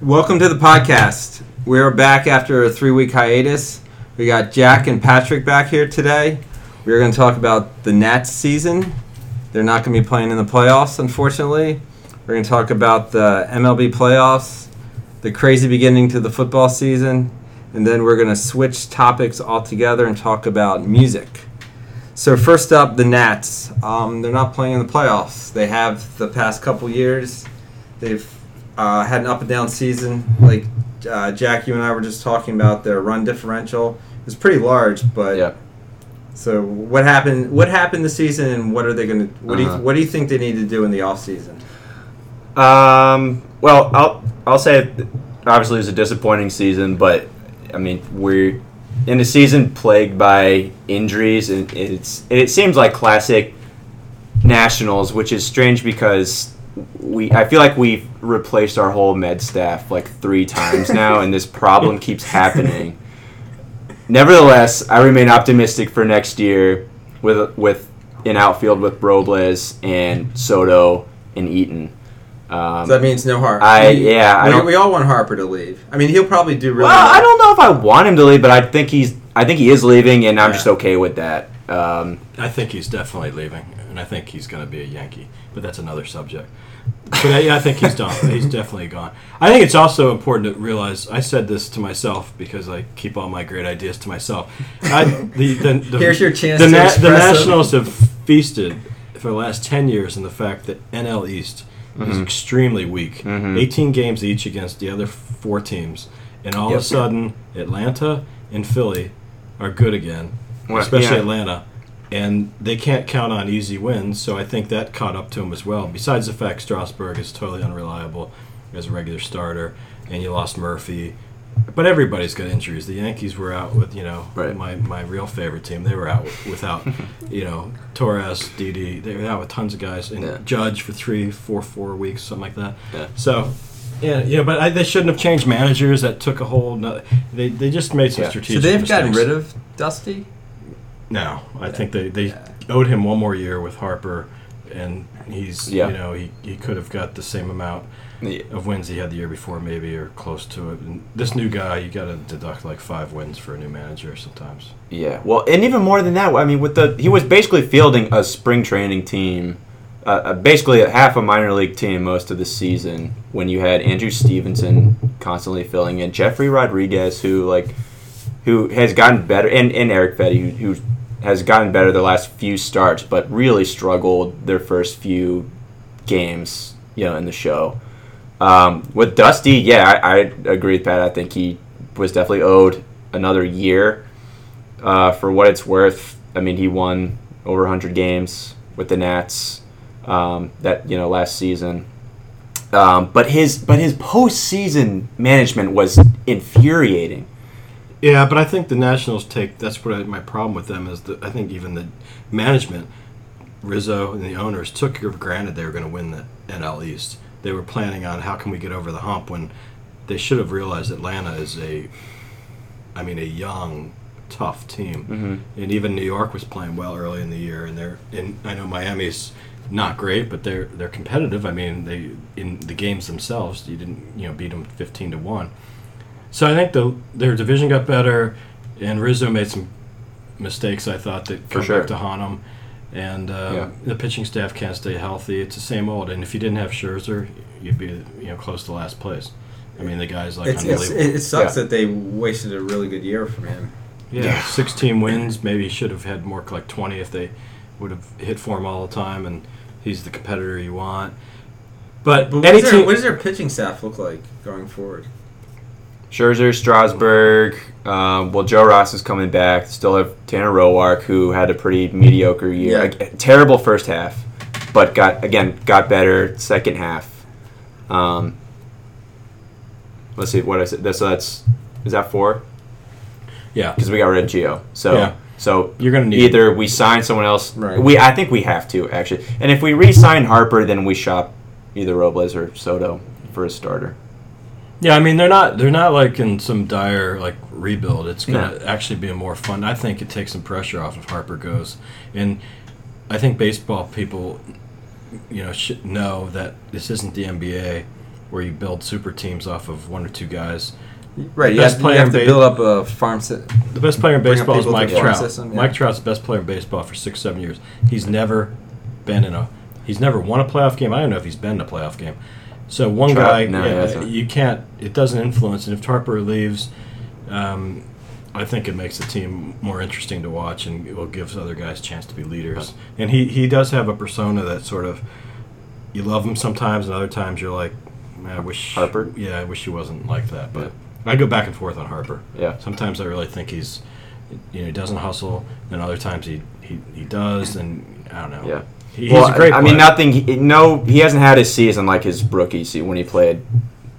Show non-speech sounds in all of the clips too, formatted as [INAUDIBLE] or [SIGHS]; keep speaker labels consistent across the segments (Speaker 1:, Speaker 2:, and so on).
Speaker 1: Welcome to the podcast. We're back after a three week hiatus. We got Jack and Patrick back here today. We're going to talk about the Nats season. They're not going to be playing in the playoffs, unfortunately. We're going to talk about the MLB playoffs, the crazy beginning to the football season, and then we're going to switch topics altogether and talk about music. So first up, the Nats. Um, they're not playing in the playoffs. They have the past couple years. They've uh, had an up and down season. Like uh, Jack, you and I were just talking about their run differential. It's pretty large, but
Speaker 2: Yeah.
Speaker 1: so what happened? What happened this season, and what are they going to? What do
Speaker 2: Uh-huh.
Speaker 1: you What do you think they need to do in the off season?
Speaker 2: Um. Well, I'll I'll say, obviously, it was a disappointing season, but I mean, we're in a season plagued by injuries, and it's and it seems like classic Nationals, which is strange because we I feel like we've replaced our whole med staff like three times now, and this problem keeps happening. Nevertheless, I remain optimistic for next year with with an outfield with Robles and Soto and Eaton. Um,
Speaker 1: So that means no Harper.
Speaker 2: I- yeah, I
Speaker 1: we,
Speaker 2: don't-
Speaker 1: we all want Harper to leave. I mean, he'll probably do really.
Speaker 2: well, I don't know if I want him to leave, but I think he's I think he is leaving, and I'm
Speaker 1: Yeah.
Speaker 2: just okay with that. Um,
Speaker 3: I think he's definitely leaving, and I think he's going to be a Yankee. But that's another subject. But I, yeah, I think he's done. He's definitely gone. I think it's also important to realize. I said this to myself because I keep all my great ideas to myself. I, the, the, the,
Speaker 1: Here's your chance
Speaker 3: The,
Speaker 1: to
Speaker 3: Na- the
Speaker 1: express them.
Speaker 3: Nationals have feasted for the last ten years on the fact that NL East is extremely weak. Eighteen games each against the other four teams, and all of
Speaker 2: Yep.
Speaker 3: a sudden, Atlanta and Philly are good again,
Speaker 2: Well,
Speaker 3: especially
Speaker 2: yeah.
Speaker 3: Atlanta, and they can't count on easy wins. So I think that caught up to him as well. Besides the fact Strasburg is totally unreliable as a regular starter, and you lost Murphy, but everybody's got injuries. The Yankees were out with you know
Speaker 2: Right.
Speaker 3: my my real favorite team. They were out with-
Speaker 2: [LAUGHS]
Speaker 3: without you know Torres, Didi. They were out with tons of guys and
Speaker 2: Yeah.
Speaker 3: Judge for three, four, four weeks, something like that.
Speaker 2: Yeah.
Speaker 3: So. Yeah, yeah, but I, they shouldn't have changed managers. That took a whole. No, they they just made some
Speaker 2: Yeah. So
Speaker 1: So
Speaker 3: strategic.
Speaker 1: they've gotten
Speaker 3: mistakes.
Speaker 1: rid of Dusty.
Speaker 3: No, I think they, they
Speaker 1: Yeah.
Speaker 3: owed him one more year with Harper, and he's
Speaker 2: Yeah.
Speaker 3: you know he, he could have got the same amount of wins he had the year before, maybe or close to it. And this new guy, you got to deduct like five wins for a new manager sometimes.
Speaker 2: Yeah, well, and even more than that, I mean, with the he was basically fielding a spring training team, uh, uh, basically a half a minor league team most of the season. When you had Andrew Stevenson constantly filling in, Jeffrey Rodriguez, who like, who has gotten better, and, and Eric Fetty, who, who has gotten better the last few starts, but really struggled their first few games, you know, in the show. Um, with Dusty, yeah, I, I agree with Pat. I think he was definitely owed another year uh, for what it's worth, I mean, he won over 100 games with the Nats um, that you know last season. Um, but his but his postseason management was infuriating.
Speaker 3: Yeah, but I think the Nationals take that's what I, my problem with them is that I think even the management, Rizzo and the owners took for granted they were going to win the NL East. They were planning on how can we get over the hump when they should have realized Atlanta is a, I mean, a young, tough team,
Speaker 2: Mm-hmm.
Speaker 3: and even New York was playing well early in the year, and they're and I know Miami's not great, but they're they're competitive. I mean, they in the games themselves, you didn't you know beat them fifteen to one. So I think the their division got better, and Rizzo made some mistakes. I thought that
Speaker 2: For
Speaker 3: come
Speaker 2: sure.
Speaker 3: back to haunt him, and um,
Speaker 2: Yeah.
Speaker 3: the pitching staff can't stay healthy. It's the same old. And if you didn't have Scherzer, you'd be you know close to last place. I mean, the guy's like
Speaker 1: It's, it's,
Speaker 3: unbelievable.
Speaker 1: it it sucks
Speaker 2: Yeah.
Speaker 1: that they wasted a really good year from him.
Speaker 3: yeah,
Speaker 2: yeah.
Speaker 3: sixteen wins. Maybe should have had more like twenty if they would have hit for him all the time. And he's the competitor you want. But,
Speaker 1: But what,
Speaker 3: any
Speaker 1: does their,
Speaker 3: team,
Speaker 1: what does their pitching staff look like going forward?
Speaker 2: Scherzer, Strasburg. Um, well, Joe Ross is coming back. Still have Tanner Roark, who had a pretty mediocre year,
Speaker 1: Yeah.
Speaker 2: Like, a terrible first half, but got again got better second half. Um, let's see what I said. That's- So that's is that four?
Speaker 3: yeah,
Speaker 2: because we got rid of Gio. So
Speaker 3: Yeah.
Speaker 2: so
Speaker 3: You're gonna need-
Speaker 2: either we sign someone else.
Speaker 1: Right.
Speaker 2: We I think we have to actually, and if we re-sign Harper, then we shop either Robles or Soto for a starter.
Speaker 3: Yeah, I mean they're not they're not like in some dire like rebuild. It's gonna actually be a more fun. I think it takes some pressure off if Harper goes, and I think baseball people you know should know that this isn't the NBA where you build super teams off of one or two guys.
Speaker 1: Right, you
Speaker 3: Best
Speaker 1: have,
Speaker 3: player
Speaker 1: you have to
Speaker 3: in
Speaker 1: build up a farm set.
Speaker 3: The best player in
Speaker 1: Bring up
Speaker 3: baseball is
Speaker 1: people to
Speaker 3: Mike
Speaker 1: the farm
Speaker 3: Trout.
Speaker 1: system, yeah.
Speaker 3: Mike Trout's the best player in baseball for six, seven years. He's never been in a. He's never won a playoff game. I don't know if he's been in a playoff game. So one
Speaker 2: Trout?
Speaker 3: guy,
Speaker 2: No, he
Speaker 3: yeah,
Speaker 2: hasn't.
Speaker 3: you can't. It doesn't influence. And if Harper leaves, um, I think it makes the team more interesting to watch, and it will give other guys a chance to be leaders. And he he does have a persona that sort of you love him sometimes, and other times you're like, "Man, I wish
Speaker 2: Harper?
Speaker 3: Yeah, I wish he wasn't like that. But I go back and forth on Harper.
Speaker 2: Yeah.
Speaker 3: Sometimes I really think he's, you know, he doesn't hustle, and other times he he, he does, and I don't know.
Speaker 2: Yeah.
Speaker 3: He, he's
Speaker 2: well,
Speaker 3: a great.
Speaker 2: I mean,
Speaker 3: player.
Speaker 2: nothing. He, no, he hasn't had his season like his rookie season when he played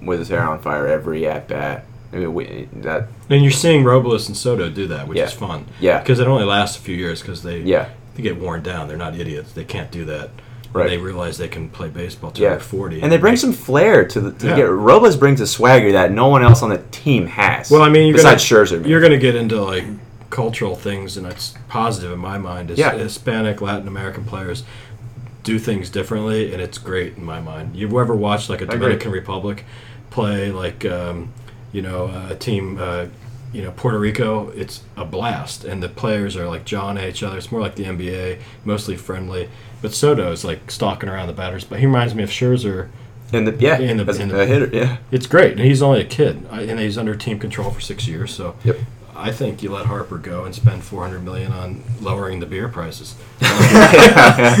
Speaker 2: with his hair on fire every at bat. I mean, we, that
Speaker 3: And you're seeing Robles and Soto do that, which
Speaker 2: Yeah.
Speaker 3: is fun.
Speaker 2: Yeah.
Speaker 3: Because it only lasts a few years because they
Speaker 2: yeah,
Speaker 3: they get worn down. They're not idiots. They can't do that.
Speaker 2: Right.
Speaker 3: And they realize they can play baseball till
Speaker 2: yeah,
Speaker 3: they're 40.
Speaker 2: and they bring some flair to the. To
Speaker 3: Yeah.
Speaker 2: get, Robles brings a swagger that no one else on the team has.
Speaker 3: Well, I mean, you're
Speaker 2: besides
Speaker 3: gonna,
Speaker 2: Scherzer,
Speaker 3: you're going to get into like cultural things, and it's positive in my mind. Is
Speaker 2: Yeah.
Speaker 3: Hispanic, Latin American players do things differently, and it's great in my mind. You've ever watched like a
Speaker 2: agree.
Speaker 3: Dominican Republic play like um, you know a team. Uh, you know Puerto Rico, it's a blast, and the players are like John at each other. It's more like the NBA, mostly friendly. But Soto is like stalking around the batters. But he reminds me of Scherzer.
Speaker 2: and the yeah,
Speaker 3: in the-
Speaker 2: as
Speaker 3: in the-
Speaker 2: a hitter, yeah,
Speaker 3: It's great, and he's only a kid, I- and he's under team control for six years. So,
Speaker 2: Yep.
Speaker 3: I think you let Harper go and spend 400 million on lowering the beer prices,
Speaker 2: [LAUGHS]
Speaker 3: [LAUGHS]
Speaker 2: Yeah.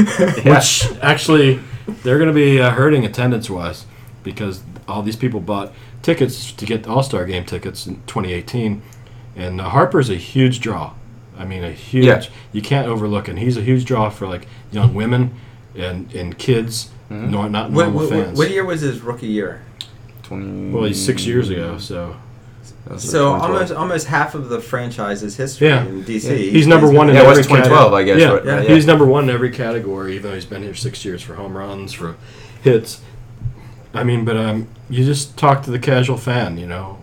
Speaker 3: which actually they're going to be uh, hurting attendance wise because all these people bought tickets to get the All Star Game tickets in 2018, and uh, Harper's a huge draw. I mean, a huge.
Speaker 2: Yeah.
Speaker 3: You can't overlook, and he's a huge draw for like young women and and kids,
Speaker 2: Mm-hmm.
Speaker 3: nor, not
Speaker 1: What,
Speaker 3: normal
Speaker 1: what, what,
Speaker 3: fans.
Speaker 1: what year was his rookie year?
Speaker 2: 20,
Speaker 3: well, he's six years ago, so.
Speaker 1: So almost almost half of the franchise's history
Speaker 3: Yeah.
Speaker 1: in DC.
Speaker 3: He's number one in
Speaker 2: Yeah, it was
Speaker 3: every
Speaker 2: 2012, I guess.
Speaker 3: Yeah.
Speaker 2: right?
Speaker 1: Yeah.
Speaker 3: He's number one in every category, even though he's been here six years for home runs, for hits. I mean, but um, you just talk to the casual fan. You know,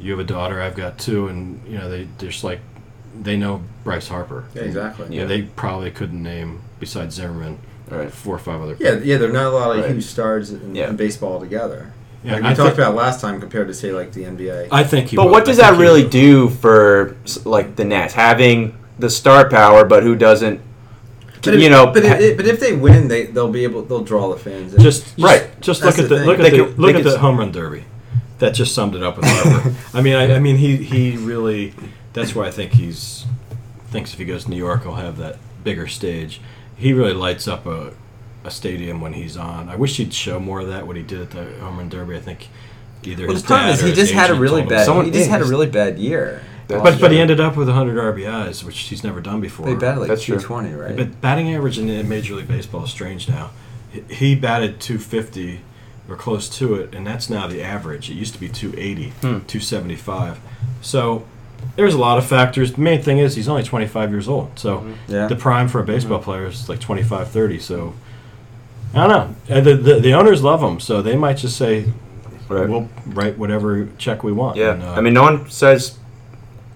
Speaker 3: you have a daughter. I've got two, and you know they they're just like they know Bryce Harper.
Speaker 1: Yeah, exactly.
Speaker 2: Yeah.
Speaker 3: And they probably couldn't name besides Zimmerman
Speaker 2: All right.
Speaker 3: four or five other.
Speaker 1: Yeah, yeah, there are not a lot of
Speaker 2: Right.
Speaker 1: huge stars in,
Speaker 2: Yeah.
Speaker 1: in baseball together.
Speaker 3: Yeah,
Speaker 1: like
Speaker 3: I
Speaker 1: we talked
Speaker 3: think-
Speaker 1: about last time compared to say like the NBA.
Speaker 3: I think. He
Speaker 2: But
Speaker 3: will.
Speaker 2: what does
Speaker 3: I
Speaker 2: that
Speaker 3: think he
Speaker 2: really
Speaker 3: will.
Speaker 2: do for s- like the Nets having the star power, but who doesn't?
Speaker 1: but if,
Speaker 2: you know,
Speaker 1: but,
Speaker 2: ha-
Speaker 1: if, but if they win, they they'll be able they'll draw the fans. in.
Speaker 3: Just, just
Speaker 2: Right.
Speaker 3: Just
Speaker 1: That's
Speaker 3: look at
Speaker 1: the
Speaker 3: the,
Speaker 1: thing.
Speaker 3: look
Speaker 2: They
Speaker 3: at the
Speaker 2: could-
Speaker 3: look
Speaker 2: they
Speaker 3: at
Speaker 2: could-
Speaker 3: the home run derby. That just summed it up with
Speaker 2: [LAUGHS]
Speaker 3: Harper. I mean, I, I mean, he he really. That's why I think he's thinks if he goes to New York, he'll have that bigger stage. He really lights up a a stadium when he's on. I wish he'd show more of that what he did at the home run derby. I think either
Speaker 1: well,
Speaker 3: his
Speaker 1: the problem
Speaker 3: dad
Speaker 1: is
Speaker 3: or
Speaker 1: he
Speaker 3: his
Speaker 1: just had a
Speaker 3: agent
Speaker 1: really
Speaker 3: told him.
Speaker 1: bad.
Speaker 2: Someone-
Speaker 1: he just had a
Speaker 2: yeah.
Speaker 1: really bad year.
Speaker 2: That's
Speaker 3: But but he
Speaker 2: true.
Speaker 3: ended up with 100 RBIs, which he's never done before.
Speaker 1: They batted like
Speaker 2: That's true.
Speaker 1: two twenty, right?
Speaker 3: But batting average in the Major League Baseball is strange now. H- He batted 250 or close to it, and that's now the average. It used to be 280, 275. So there's a lot of factors. The main thing is he's only 25 years old. So
Speaker 1: Yeah.
Speaker 3: the prime for a baseball player is like 25, 30. So I don't know. Uh, The, the, the owners love him, so they might just say,
Speaker 2: Right.
Speaker 3: we'll write whatever check we want.
Speaker 2: Yeah,
Speaker 3: And, uh,
Speaker 2: I mean, no one says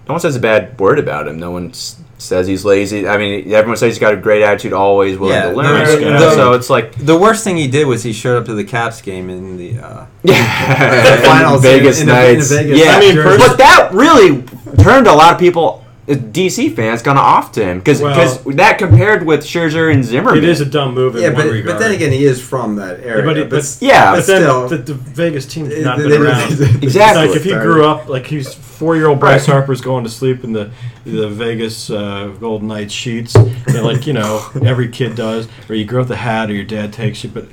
Speaker 2: no one says a bad word about him. No one s- says he's lazy. I mean, everyone says he's got a great attitude, always willing
Speaker 1: Yeah,
Speaker 2: to
Speaker 1: no,
Speaker 2: learn.
Speaker 3: no, no, no.
Speaker 2: so it's
Speaker 1: [LAUGHS]
Speaker 2: like
Speaker 1: the worst thing he did was he showed up to the Caps game in the uh,
Speaker 2: [LAUGHS] yeah,
Speaker 1: finals in-
Speaker 2: Vegas
Speaker 1: in a- in a
Speaker 2: nights.
Speaker 1: Vegas
Speaker 2: yeah,
Speaker 3: I mean,
Speaker 1: jersey.
Speaker 2: but that really turned a lot of people. uh, DC fans kind of off to him because
Speaker 3: Well-
Speaker 2: that compared with Scherzer and Zimmerman,
Speaker 3: it is a dumb move in
Speaker 1: yeah,
Speaker 3: one
Speaker 1: but
Speaker 3: regard.
Speaker 1: but then again, he is from that area.
Speaker 3: but he-
Speaker 1: but,
Speaker 3: but-
Speaker 1: s-
Speaker 2: yeah,
Speaker 1: but
Speaker 3: But then
Speaker 1: still,
Speaker 3: the, the Vegas team's
Speaker 1: it-
Speaker 3: not
Speaker 1: it-
Speaker 3: been
Speaker 1: it-
Speaker 2: [LAUGHS]
Speaker 3: around.
Speaker 2: exactly.
Speaker 3: Like if he
Speaker 1: Sorry.
Speaker 3: grew up, like he's four-year-old Bryce
Speaker 2: Right.
Speaker 3: Harper's going to sleep in the the Vegas uh, Golden Knights sheets, that like you
Speaker 2: [LAUGHS]
Speaker 3: know every kid does, or you grow up the hat, or your dad takes you. But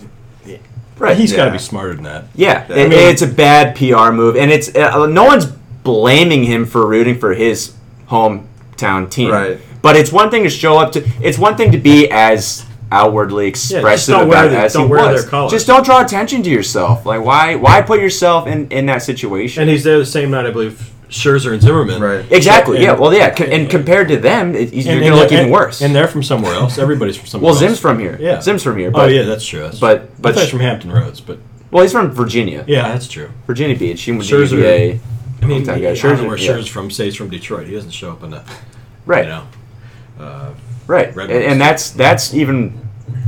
Speaker 2: right,
Speaker 3: he's got to
Speaker 1: yeah.
Speaker 3: be smarter than that.
Speaker 2: Yeah,
Speaker 1: I
Speaker 2: it-
Speaker 3: mean-
Speaker 2: it's a bad PR move, and it's uh, no one's blaming him for rooting for his hometown team.
Speaker 1: Right.
Speaker 2: But it's one thing to show up to. It's one thing to be as outwardly expressive
Speaker 3: don't wear
Speaker 2: about it
Speaker 3: the-
Speaker 2: as
Speaker 3: don't
Speaker 2: he
Speaker 3: wear
Speaker 2: was.
Speaker 3: their colors.
Speaker 2: Just don't draw attention to yourself. Like why? Why put yourself in in that situation?
Speaker 3: And he's there the same night, I believe, Scherzer and Zimmerman.
Speaker 1: right?
Speaker 2: exactly.
Speaker 3: and-
Speaker 2: yeah. Well, yeah. c- and compared to them, it, you're going
Speaker 3: And,
Speaker 2: to
Speaker 3: and-
Speaker 2: look even
Speaker 3: and-
Speaker 2: worse.
Speaker 3: And they're from somewhere else. Everybody's from somewhere
Speaker 2: well,
Speaker 3: else.
Speaker 2: Zim's from here.
Speaker 3: Yeah.
Speaker 2: Zim's from here.
Speaker 3: Oh
Speaker 2: But,
Speaker 3: yeah, that's true. That's
Speaker 2: but-
Speaker 3: true. I
Speaker 2: but
Speaker 3: thought he's
Speaker 2: Sch-
Speaker 3: from Hampton Roads, but
Speaker 2: Well, he's from Virginia.
Speaker 3: yeah, that's true.
Speaker 2: Virginia Beach. He was
Speaker 3: Scherzer-
Speaker 2: UVA.
Speaker 3: I mean,
Speaker 2: Hometown
Speaker 3: he,
Speaker 2: guy.
Speaker 3: I don't know
Speaker 2: Scherzer-
Speaker 3: where
Speaker 2: yeah.
Speaker 3: Scherzer's from. Say he's from Detroit. He doesn't show up in the
Speaker 2: Right.
Speaker 3: you know. Uh,
Speaker 2: Right,
Speaker 3: Red
Speaker 2: and, and
Speaker 3: Wings.
Speaker 2: that's that's even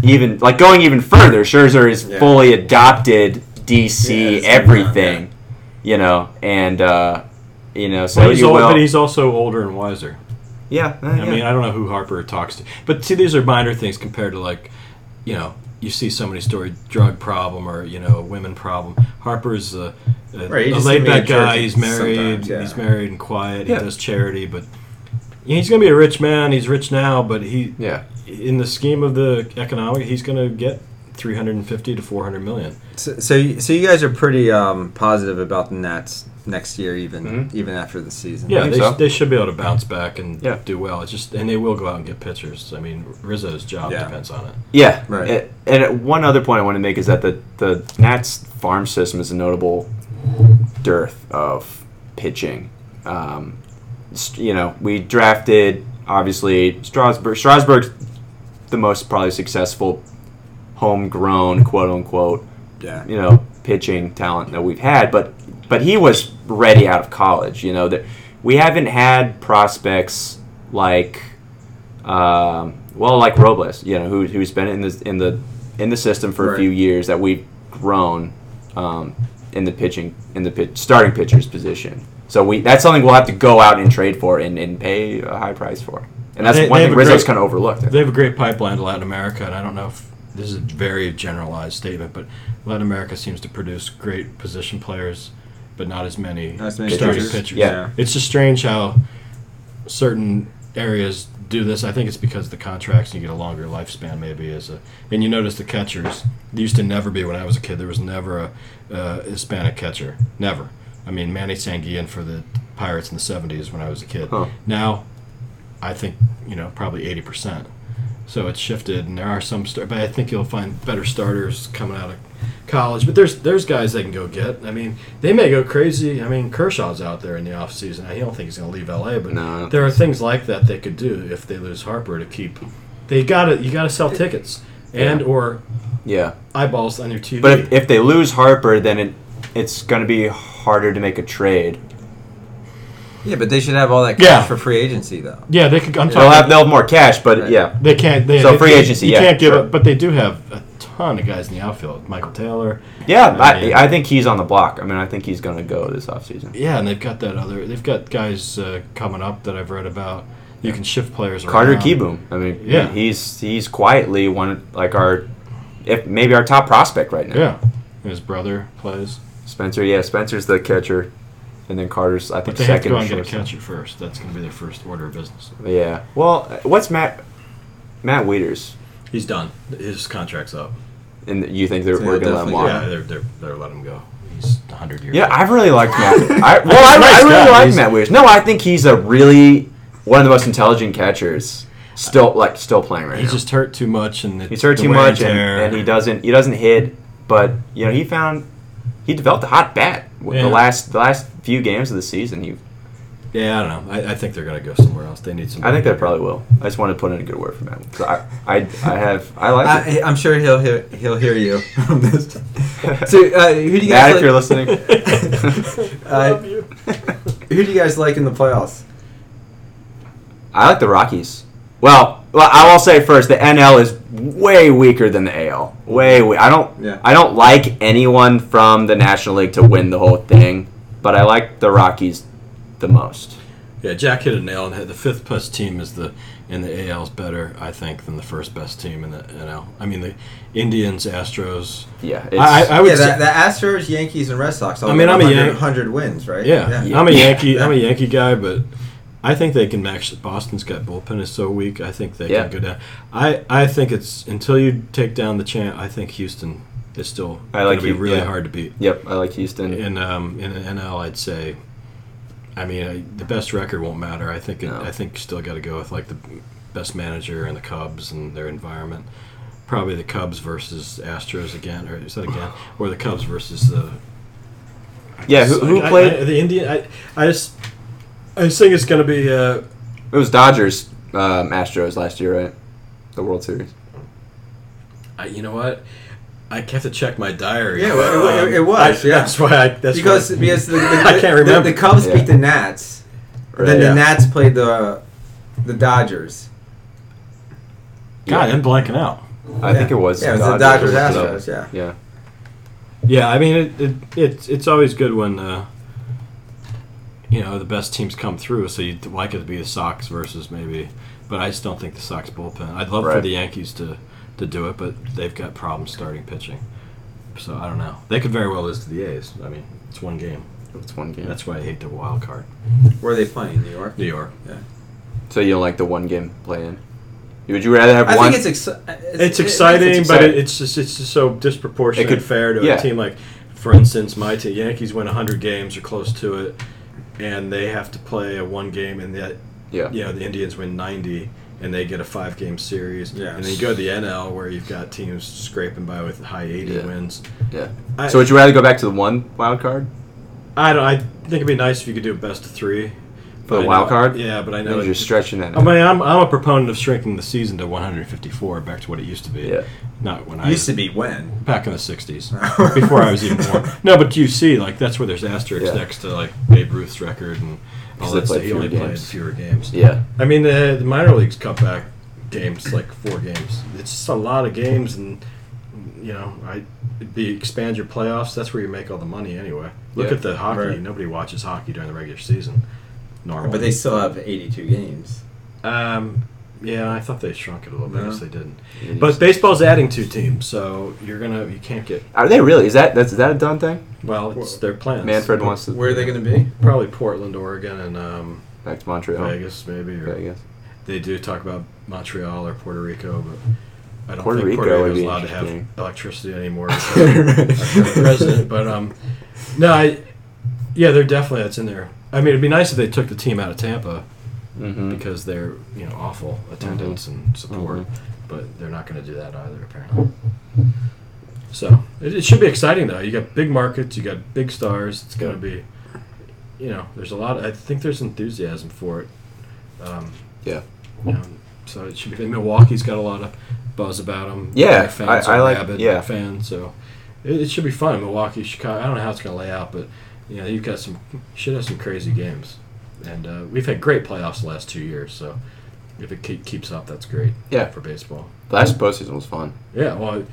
Speaker 2: even like going even further, Scherzer is
Speaker 3: Yeah.
Speaker 2: fully adopted DC
Speaker 4: Yeah, it's
Speaker 2: everything, you know, and uh, you know, so
Speaker 3: Well, he's
Speaker 2: you
Speaker 3: old,
Speaker 2: will.
Speaker 3: but he's also older and wiser.
Speaker 2: yeah, uh,
Speaker 3: I mean, I don't know who Harper talks to, but see, these are minor things compared to like, you know, you see somebody's story, drug problem or you know, women problem. Harper's a, a,
Speaker 4: Right, you
Speaker 3: a
Speaker 4: just see
Speaker 3: laid
Speaker 4: him in
Speaker 3: back
Speaker 4: the church
Speaker 3: guy. He's married.
Speaker 4: sometimes, yeah.
Speaker 3: He's married and quiet.
Speaker 2: Yeah.
Speaker 3: He does charity, but he's gonna be a rich man. He's rich now, but he,
Speaker 2: yeah,
Speaker 3: in the scheme of the economic, he's gonna get three hundred and fifty to four hundred million.
Speaker 1: So, so, you- so you guys are pretty um, positive about the Nats next year, even even after the season.
Speaker 3: Hmm? Yeah,
Speaker 2: think
Speaker 3: they,
Speaker 2: so.
Speaker 3: they should be able to bounce back and
Speaker 2: Yeah.
Speaker 3: do well. It's just and they will go out and get pitchers. I mean, Rizzo's job
Speaker 1: Yeah.
Speaker 3: depends on it.
Speaker 2: yeah.
Speaker 1: Right.
Speaker 2: A- and one other point I want to make is that the the Nats farm system is a notable dearth of pitching. Um, s- you know, we drafted obviously Strasburg. Strasburg's the most probably successful homegrown quote unquote
Speaker 1: yeah.
Speaker 2: you know pitching talent that we've had, but but he was ready out of college. You know that we haven't had prospects like um, well like Robles, you know who who's been in the in the in the system for a
Speaker 1: Right.
Speaker 2: few years that we've grown um, in the pitching in the pitch, starting pitcher's position. So we that's something we'll have to go out and trade for and, and pay a high price for. And that's
Speaker 3: They-
Speaker 2: one
Speaker 3: they
Speaker 2: thing
Speaker 3: have a
Speaker 2: Rizzo's
Speaker 3: great-
Speaker 2: kind of overlooked. I
Speaker 3: They have a great pipeline to Latin America, and I don't know if this is a very generalized statement, but Latin America seems to produce great position players, but not as many,
Speaker 1: Not as many
Speaker 3: starting
Speaker 1: pitchers.
Speaker 3: pitchers.
Speaker 2: Yeah.
Speaker 3: It's just strange how certain areas do this. I think it's because the contracts you get a longer lifespan, maybe as a, and you notice the catchers. There used to never be when I was a kid. There was never a uh, Hispanic catcher, never. I mean, Manny Sanguillan for the Pirates in the '70s when I was a kid.
Speaker 2: Huh.
Speaker 3: Now, I think you know probably 80 percent. So it's shifted, and there are some, star- but I think you'll find better starters coming out of college. But there's there's guys they can go get. I mean, they may go crazy. I mean, Kershaw's out there in the off season. I don't think he's going to leave LA, but
Speaker 2: No, I don't
Speaker 3: there are things like that they could do if they lose Harper to keep. They got to you got to sell tickets and or
Speaker 2: yeah.
Speaker 3: eyeballs on your TV.
Speaker 2: But if, if they lose Harper, then it it's going to be harder to make a trade.
Speaker 1: Yeah, but they should have all that cash
Speaker 3: Yeah.
Speaker 1: for free agency, though.
Speaker 3: yeah, they could. I'm
Speaker 2: They'll
Speaker 3: talking.
Speaker 2: have they'll have more cash, but
Speaker 1: Right.
Speaker 2: yeah,
Speaker 3: They can't. They,
Speaker 2: So
Speaker 3: they-
Speaker 2: free
Speaker 3: they-
Speaker 2: agency,
Speaker 3: You
Speaker 2: yeah,
Speaker 3: can't give
Speaker 2: sure.
Speaker 3: up, but they do have a ton of guys in the outfield. Michael Taylor.
Speaker 2: yeah.
Speaker 3: I mean-
Speaker 2: I, I think he's on the block. I mean, I think he's going to go this offseason.
Speaker 3: Yeah, and they've got that other. They've got guys uh, coming up that I've read about. You can shift players.
Speaker 2: Carter
Speaker 3: around.
Speaker 2: Keyboom. I mean,
Speaker 3: Yeah.
Speaker 2: he's he's quietly one like our if maybe our top prospect right now.
Speaker 3: Yeah, And his brother plays.
Speaker 2: Spencer. Yeah, Spencer's the catcher, and then Carter's I
Speaker 3: But
Speaker 2: think
Speaker 3: they have to
Speaker 2: second.
Speaker 3: go out and get a
Speaker 2: shortstop.
Speaker 3: catcher first. That's going to be their first order of business.
Speaker 2: Yeah. Well, uh, what's Matt Matt Wieters?
Speaker 3: He's done. His contract's up.
Speaker 2: And you think they're
Speaker 1: Yeah,
Speaker 2: we're going to let him
Speaker 1: definitely.
Speaker 2: walk?
Speaker 3: Yeah, they're they're they're letting him go. He's 100 years.
Speaker 2: Yeah,
Speaker 3: old.
Speaker 2: I've really liked
Speaker 3: [LAUGHS]
Speaker 2: Matt. I, well, I,
Speaker 3: Nice
Speaker 2: I really
Speaker 3: guy.
Speaker 2: like
Speaker 3: He's-
Speaker 2: Matt Weirs. No, I think he's a really one of the most intelligent catchers. Still, like, still playing right
Speaker 3: he's
Speaker 2: now.
Speaker 3: just hurt too much, and it-
Speaker 2: he's hurt
Speaker 3: the
Speaker 2: too
Speaker 3: wear
Speaker 2: much, and,
Speaker 3: tear.
Speaker 2: and he doesn't he doesn't hit. But you know, he found he developed a hot bat with
Speaker 3: Yeah.
Speaker 2: the last the last few games of the season. He,
Speaker 3: Yeah, I don't know. I, I think they're going to go somewhere else. They need some.
Speaker 2: I think that probably will. I just want to put in a good word for Matt. 'cause I, I, I have I like
Speaker 1: I, I'm sure he'll hear, he'll hear you. [LAUGHS] on this. so, uh, who do you
Speaker 2: Matt, if
Speaker 1: guys
Speaker 2: you're
Speaker 1: like, [LAUGHS]
Speaker 2: listening,
Speaker 1: I love
Speaker 3: you.
Speaker 2: [LAUGHS]
Speaker 1: who do you guys like in the playoffs?
Speaker 2: I like the Rockies. Well, well, I will say first, the NL is way weaker than the AL. Way, we- I don't,
Speaker 1: Yeah.
Speaker 2: I don't like anyone from the National League to win the whole thing, but I like the Rockies the most.
Speaker 3: Yeah, Jack hit a nail on the head. The fifth best team is the in the AL's better, I think, than the first best team in the NL. I mean, the Indians, Astros.
Speaker 2: Yeah, it's,
Speaker 3: I, I, I would
Speaker 1: yeah,
Speaker 3: say,
Speaker 1: the, the Astros, Yankees, and Red Sox. All
Speaker 3: I mean,
Speaker 1: got
Speaker 3: I'm a
Speaker 1: 100
Speaker 3: Yan-
Speaker 1: 100 wins, right?
Speaker 3: yeah,
Speaker 2: Yeah.
Speaker 3: I'm a
Speaker 2: Yeah.
Speaker 3: Yankee. I'm a Yankee guy, but I think they can match. Boston's got bullpen is so weak. I think they
Speaker 2: Yeah.
Speaker 3: can go down. I, I think it's until you take down the champ. I think Houston is still
Speaker 2: I like
Speaker 3: going to be
Speaker 2: Hu-
Speaker 3: really
Speaker 2: yeah.
Speaker 3: hard to beat.
Speaker 2: yep, I like Houston.
Speaker 3: In um, in the NL, I'd say. I mean, I, the best record won't matter. I think. It,
Speaker 2: No.
Speaker 3: I think you still got to go with like the best manager and the Cubs and their environment. Probably the Cubs versus Astros again, or is that
Speaker 1: [SIGHS]
Speaker 3: again, or the Cubs versus the
Speaker 2: yeah, who, who
Speaker 3: I- I-
Speaker 2: played?
Speaker 3: the Indian? I, I just I just think it's going to be. Uh,
Speaker 2: it was Dodgers, um, Astros last year, right? The World Series.
Speaker 3: I, you know what? I have to check my diary. Um,
Speaker 1: Yeah, well, it- it- it was,
Speaker 3: I-
Speaker 1: yeah.
Speaker 3: that's why. I, that's
Speaker 1: because
Speaker 3: why-
Speaker 1: because the, the,
Speaker 3: [LAUGHS] I can't
Speaker 1: the-
Speaker 3: remember.
Speaker 1: The, Cubs
Speaker 2: Yeah.
Speaker 1: beat the Nats,
Speaker 2: Right.
Speaker 1: then
Speaker 3: Yeah.
Speaker 1: the Nats played the the Dodgers.
Speaker 3: God, I'm blanking out.
Speaker 2: I think it was.
Speaker 1: Yeah, it was the
Speaker 2: Dodgers
Speaker 1: Dodgers
Speaker 2: looked it up.
Speaker 1: Astros. Yeah.
Speaker 2: Yeah.
Speaker 3: Yeah, I mean it, it it's it's always good when uh, you know the best teams come through. So you'd like it to be the Sox versus maybe, but I just don't think the Sox bullpen. I'd love for
Speaker 2: Right.
Speaker 3: the Yankees to to do it, but they've got problems starting pitching. So I don't know. They could very well lose to the A's. I mean, it's one game.
Speaker 2: It's one game.
Speaker 3: That's why I hate the wild card.
Speaker 1: Where are they playing? New York.
Speaker 3: New York.
Speaker 2: so you don't like the one game play in? Would you rather have
Speaker 1: I
Speaker 2: one?
Speaker 1: think it's, exci- it's
Speaker 3: It's
Speaker 1: it-
Speaker 3: exciting,
Speaker 2: it's
Speaker 3: but
Speaker 2: exciting.
Speaker 3: it, it's just it's just so disproportionate
Speaker 2: It could-
Speaker 3: and fair to
Speaker 2: yeah.
Speaker 3: a team like, for instance, my team, Yankees win hundred games or close to it, and they have to play a one game, and that
Speaker 2: yeah.
Speaker 3: you know the Indians win ninety, and they get a five game series,
Speaker 1: Yeah.
Speaker 3: and then you go to the NL where you've got teams scraping by with high eighty
Speaker 2: Yeah.
Speaker 3: wins.
Speaker 2: Yeah.
Speaker 3: I,
Speaker 2: so would you rather go back to the one wild card?
Speaker 3: I don't. I think it'd be nice if you could do best of three.
Speaker 2: For the
Speaker 3: I know-
Speaker 2: wild card?
Speaker 3: Yeah, but I
Speaker 2: No,
Speaker 3: know
Speaker 2: you're
Speaker 3: it-
Speaker 2: stretching that.
Speaker 3: I mean, I'm, I'm a proponent of shrinking the season to 154 back to what it used to be.
Speaker 2: Yeah.
Speaker 3: Not when
Speaker 1: It
Speaker 3: I
Speaker 1: used to be when.
Speaker 3: back in
Speaker 2: [LAUGHS]
Speaker 3: the 60s before i was even born no but you see like that's where there's asterisks
Speaker 2: Yeah.
Speaker 3: next to like babe ruth's record and
Speaker 2: Because
Speaker 3: all
Speaker 2: they
Speaker 3: that stuff
Speaker 2: played
Speaker 3: he only
Speaker 2: fewer
Speaker 3: played
Speaker 2: games.
Speaker 3: fewer games
Speaker 2: Yeah.
Speaker 3: i mean the, the minor leagues cut back games like four games it's just a lot of games and you know i it'd be expand your playoffs that's where you make all the money anyway look
Speaker 2: Yeah.
Speaker 3: at the hockey
Speaker 1: Right.
Speaker 3: nobody watches hockey during the regular season normally
Speaker 1: But they still have 82 games.
Speaker 3: um yeah i thought they shrunk it a little bit
Speaker 1: No.
Speaker 3: I guess they didn't but baseball's adding two teams so you're gonna you can't get
Speaker 2: are they really? Is that that's is that a done thing?
Speaker 3: Well, it's their plans.
Speaker 2: Manfred wants to
Speaker 1: Where are they going to be?
Speaker 3: Probably Portland, Oregon, and um,
Speaker 2: back to Montreal.
Speaker 3: Vegas, maybe. Or
Speaker 2: Vegas.
Speaker 3: They do talk about Montreal or Puerto Rico, but I don't
Speaker 2: Puerto
Speaker 3: think Puerto
Speaker 2: Rico
Speaker 3: Rico
Speaker 2: would
Speaker 3: is
Speaker 2: be
Speaker 3: allowed to have
Speaker 2: interesting.
Speaker 3: electricity anymore.
Speaker 2: [LAUGHS]
Speaker 3: because of the president, but um, no, I, yeah, they're definitely that's in there. I mean, it'd be nice if they took the team out of Tampa
Speaker 2: hmm
Speaker 3: because they're you know awful attendance and support, but they're not going to do that either apparently. So it, it should be exciting though. You got big markets, you got big stars. It's going to be, you know, there's a lot. I think there's enthusiasm for it. Um,
Speaker 2: Yeah.
Speaker 3: You know, so it should be. Milwaukee's got a lot of buzz about them.
Speaker 2: Yeah,
Speaker 3: Their fans
Speaker 2: I- I
Speaker 3: are
Speaker 2: like-
Speaker 3: rabid
Speaker 2: yeah.
Speaker 3: fans. So it, it should be fun. Milwaukee, Chicago. I don't know how it's going to lay out, but you know, you've got some should have some crazy games, and uh, we've had great playoffs the last two years. So if it keep, keeps up, that's great.
Speaker 2: Yeah.
Speaker 3: for baseball.
Speaker 2: Last postseason was fun.
Speaker 3: Yeah, well,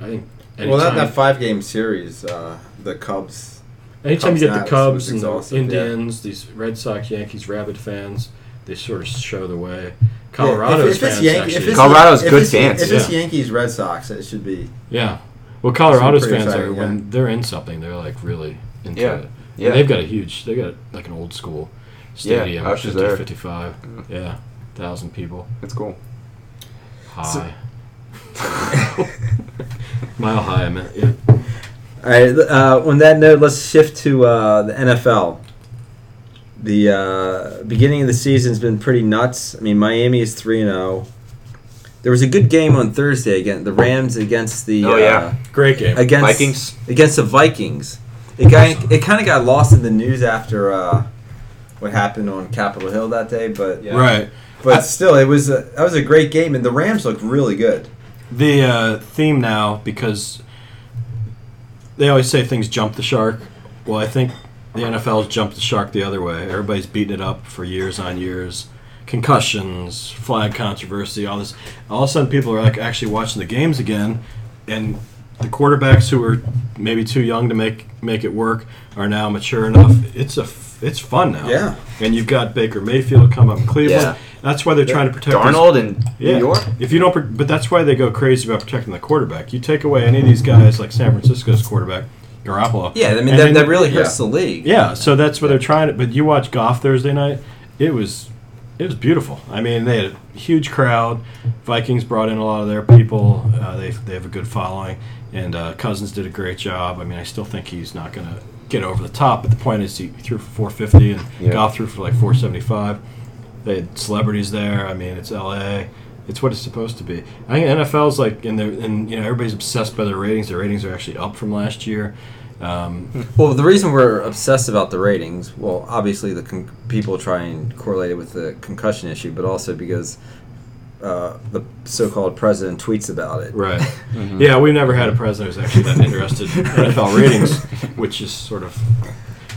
Speaker 3: I, I think anytime,
Speaker 1: Well, that, that five game series, uh, the Cubs.
Speaker 3: anytime you get the
Speaker 1: Cubs was
Speaker 3: Cubs and the
Speaker 1: exhaustive, yeah.
Speaker 3: Indians, these Red Sox, Yankees, rabid fans, they sort of show the
Speaker 1: Yeah,
Speaker 3: way.
Speaker 1: if-
Speaker 3: Colorado's
Speaker 1: if it's
Speaker 3: fans
Speaker 1: Yan- if
Speaker 3: actually,
Speaker 1: it's-
Speaker 2: Colorado's
Speaker 1: if
Speaker 2: good
Speaker 1: it's-
Speaker 2: fans,
Speaker 1: If it's
Speaker 3: yeah.
Speaker 1: Yankees Red Sox, it should be.
Speaker 3: yeah. Well, Colorado's
Speaker 1: pretty
Speaker 3: fans are
Speaker 1: exciting, yeah.
Speaker 3: when they're in something, they're like really into
Speaker 2: Yeah.
Speaker 3: it.
Speaker 2: Yeah.
Speaker 3: And they've got a huge. They got like an old school
Speaker 2: Yeah,
Speaker 3: stadium,
Speaker 2: I was just
Speaker 3: 50,
Speaker 2: there. Mm.
Speaker 3: 55. Yeah, thousand people
Speaker 2: It's
Speaker 3: [LAUGHS]
Speaker 2: cool.
Speaker 3: high.
Speaker 1: So-
Speaker 3: Mile high, I meant. Yeah.
Speaker 1: All right. Uh, on that note, let's shift to uh, the NFL. The uh, beginning of the season's been pretty nuts. I mean, Miami is three and zero. There was a good game on Thursday against the Rams against the
Speaker 2: Oh, yeah.
Speaker 3: Great game.
Speaker 1: uh, against
Speaker 2: Vikings.
Speaker 1: against the Vikings. It got it kind of got lost in the news after uh, what happened on Capitol Hill that day, but
Speaker 2: Yeah.
Speaker 3: Right.
Speaker 1: but still, it was a, that was a great game, and the Rams looked really good.
Speaker 3: the uh, theme now because they always say things jump the shark. Well, I think the NFL's jumped the shark the other way. Everybody's beating it up for years on years. Concussions, flag controversy, all this. All of a sudden, people are like actually watching the games again, and the quarterbacks who were maybe too young to make make it work are now mature enough. It's a f- it's fun now.
Speaker 1: Yeah.
Speaker 3: And you've got Baker Mayfield come up in Cleveland.
Speaker 2: Yeah.
Speaker 3: That's why they're trying to protect these-
Speaker 2: Darnold and
Speaker 3: yeah.
Speaker 2: New York.
Speaker 3: If you don't, pr- but that's why they go crazy about protecting the quarterback. You take away any of these guys, like San Francisco's quarterback, Garoppolo.
Speaker 1: Yeah, I mean
Speaker 3: and
Speaker 1: that,
Speaker 3: then-
Speaker 1: that really hurts
Speaker 2: yeah.
Speaker 1: the league.
Speaker 3: Yeah, so that's what they're trying to. But you watch golf Thursday night. It was, it was beautiful. I mean, they had a huge crowd. Vikings brought in a lot of their people. Uh, they they have a good following, and uh, Cousins did a great job. I mean, I still think he's not going to get over the top. But the point is, he threw for 450, and
Speaker 2: Yeah.
Speaker 3: golf threw for like 475. They had celebrities there. I mean, it's L.A. It's what it's supposed to be. I think NFL's like in their and you know everybody's obsessed by their ratings. Their ratings are actually up from last year. Um,
Speaker 1: Well, the reason we're obsessed about the ratings, well, obviously the con- people try and correlate it with the concussion issue, but also because uh, the so-called president tweets about it.
Speaker 3: [LAUGHS] Right. Yeah, we've never had a president who's actually that interested [LAUGHS] in NFL ratings, which is sort of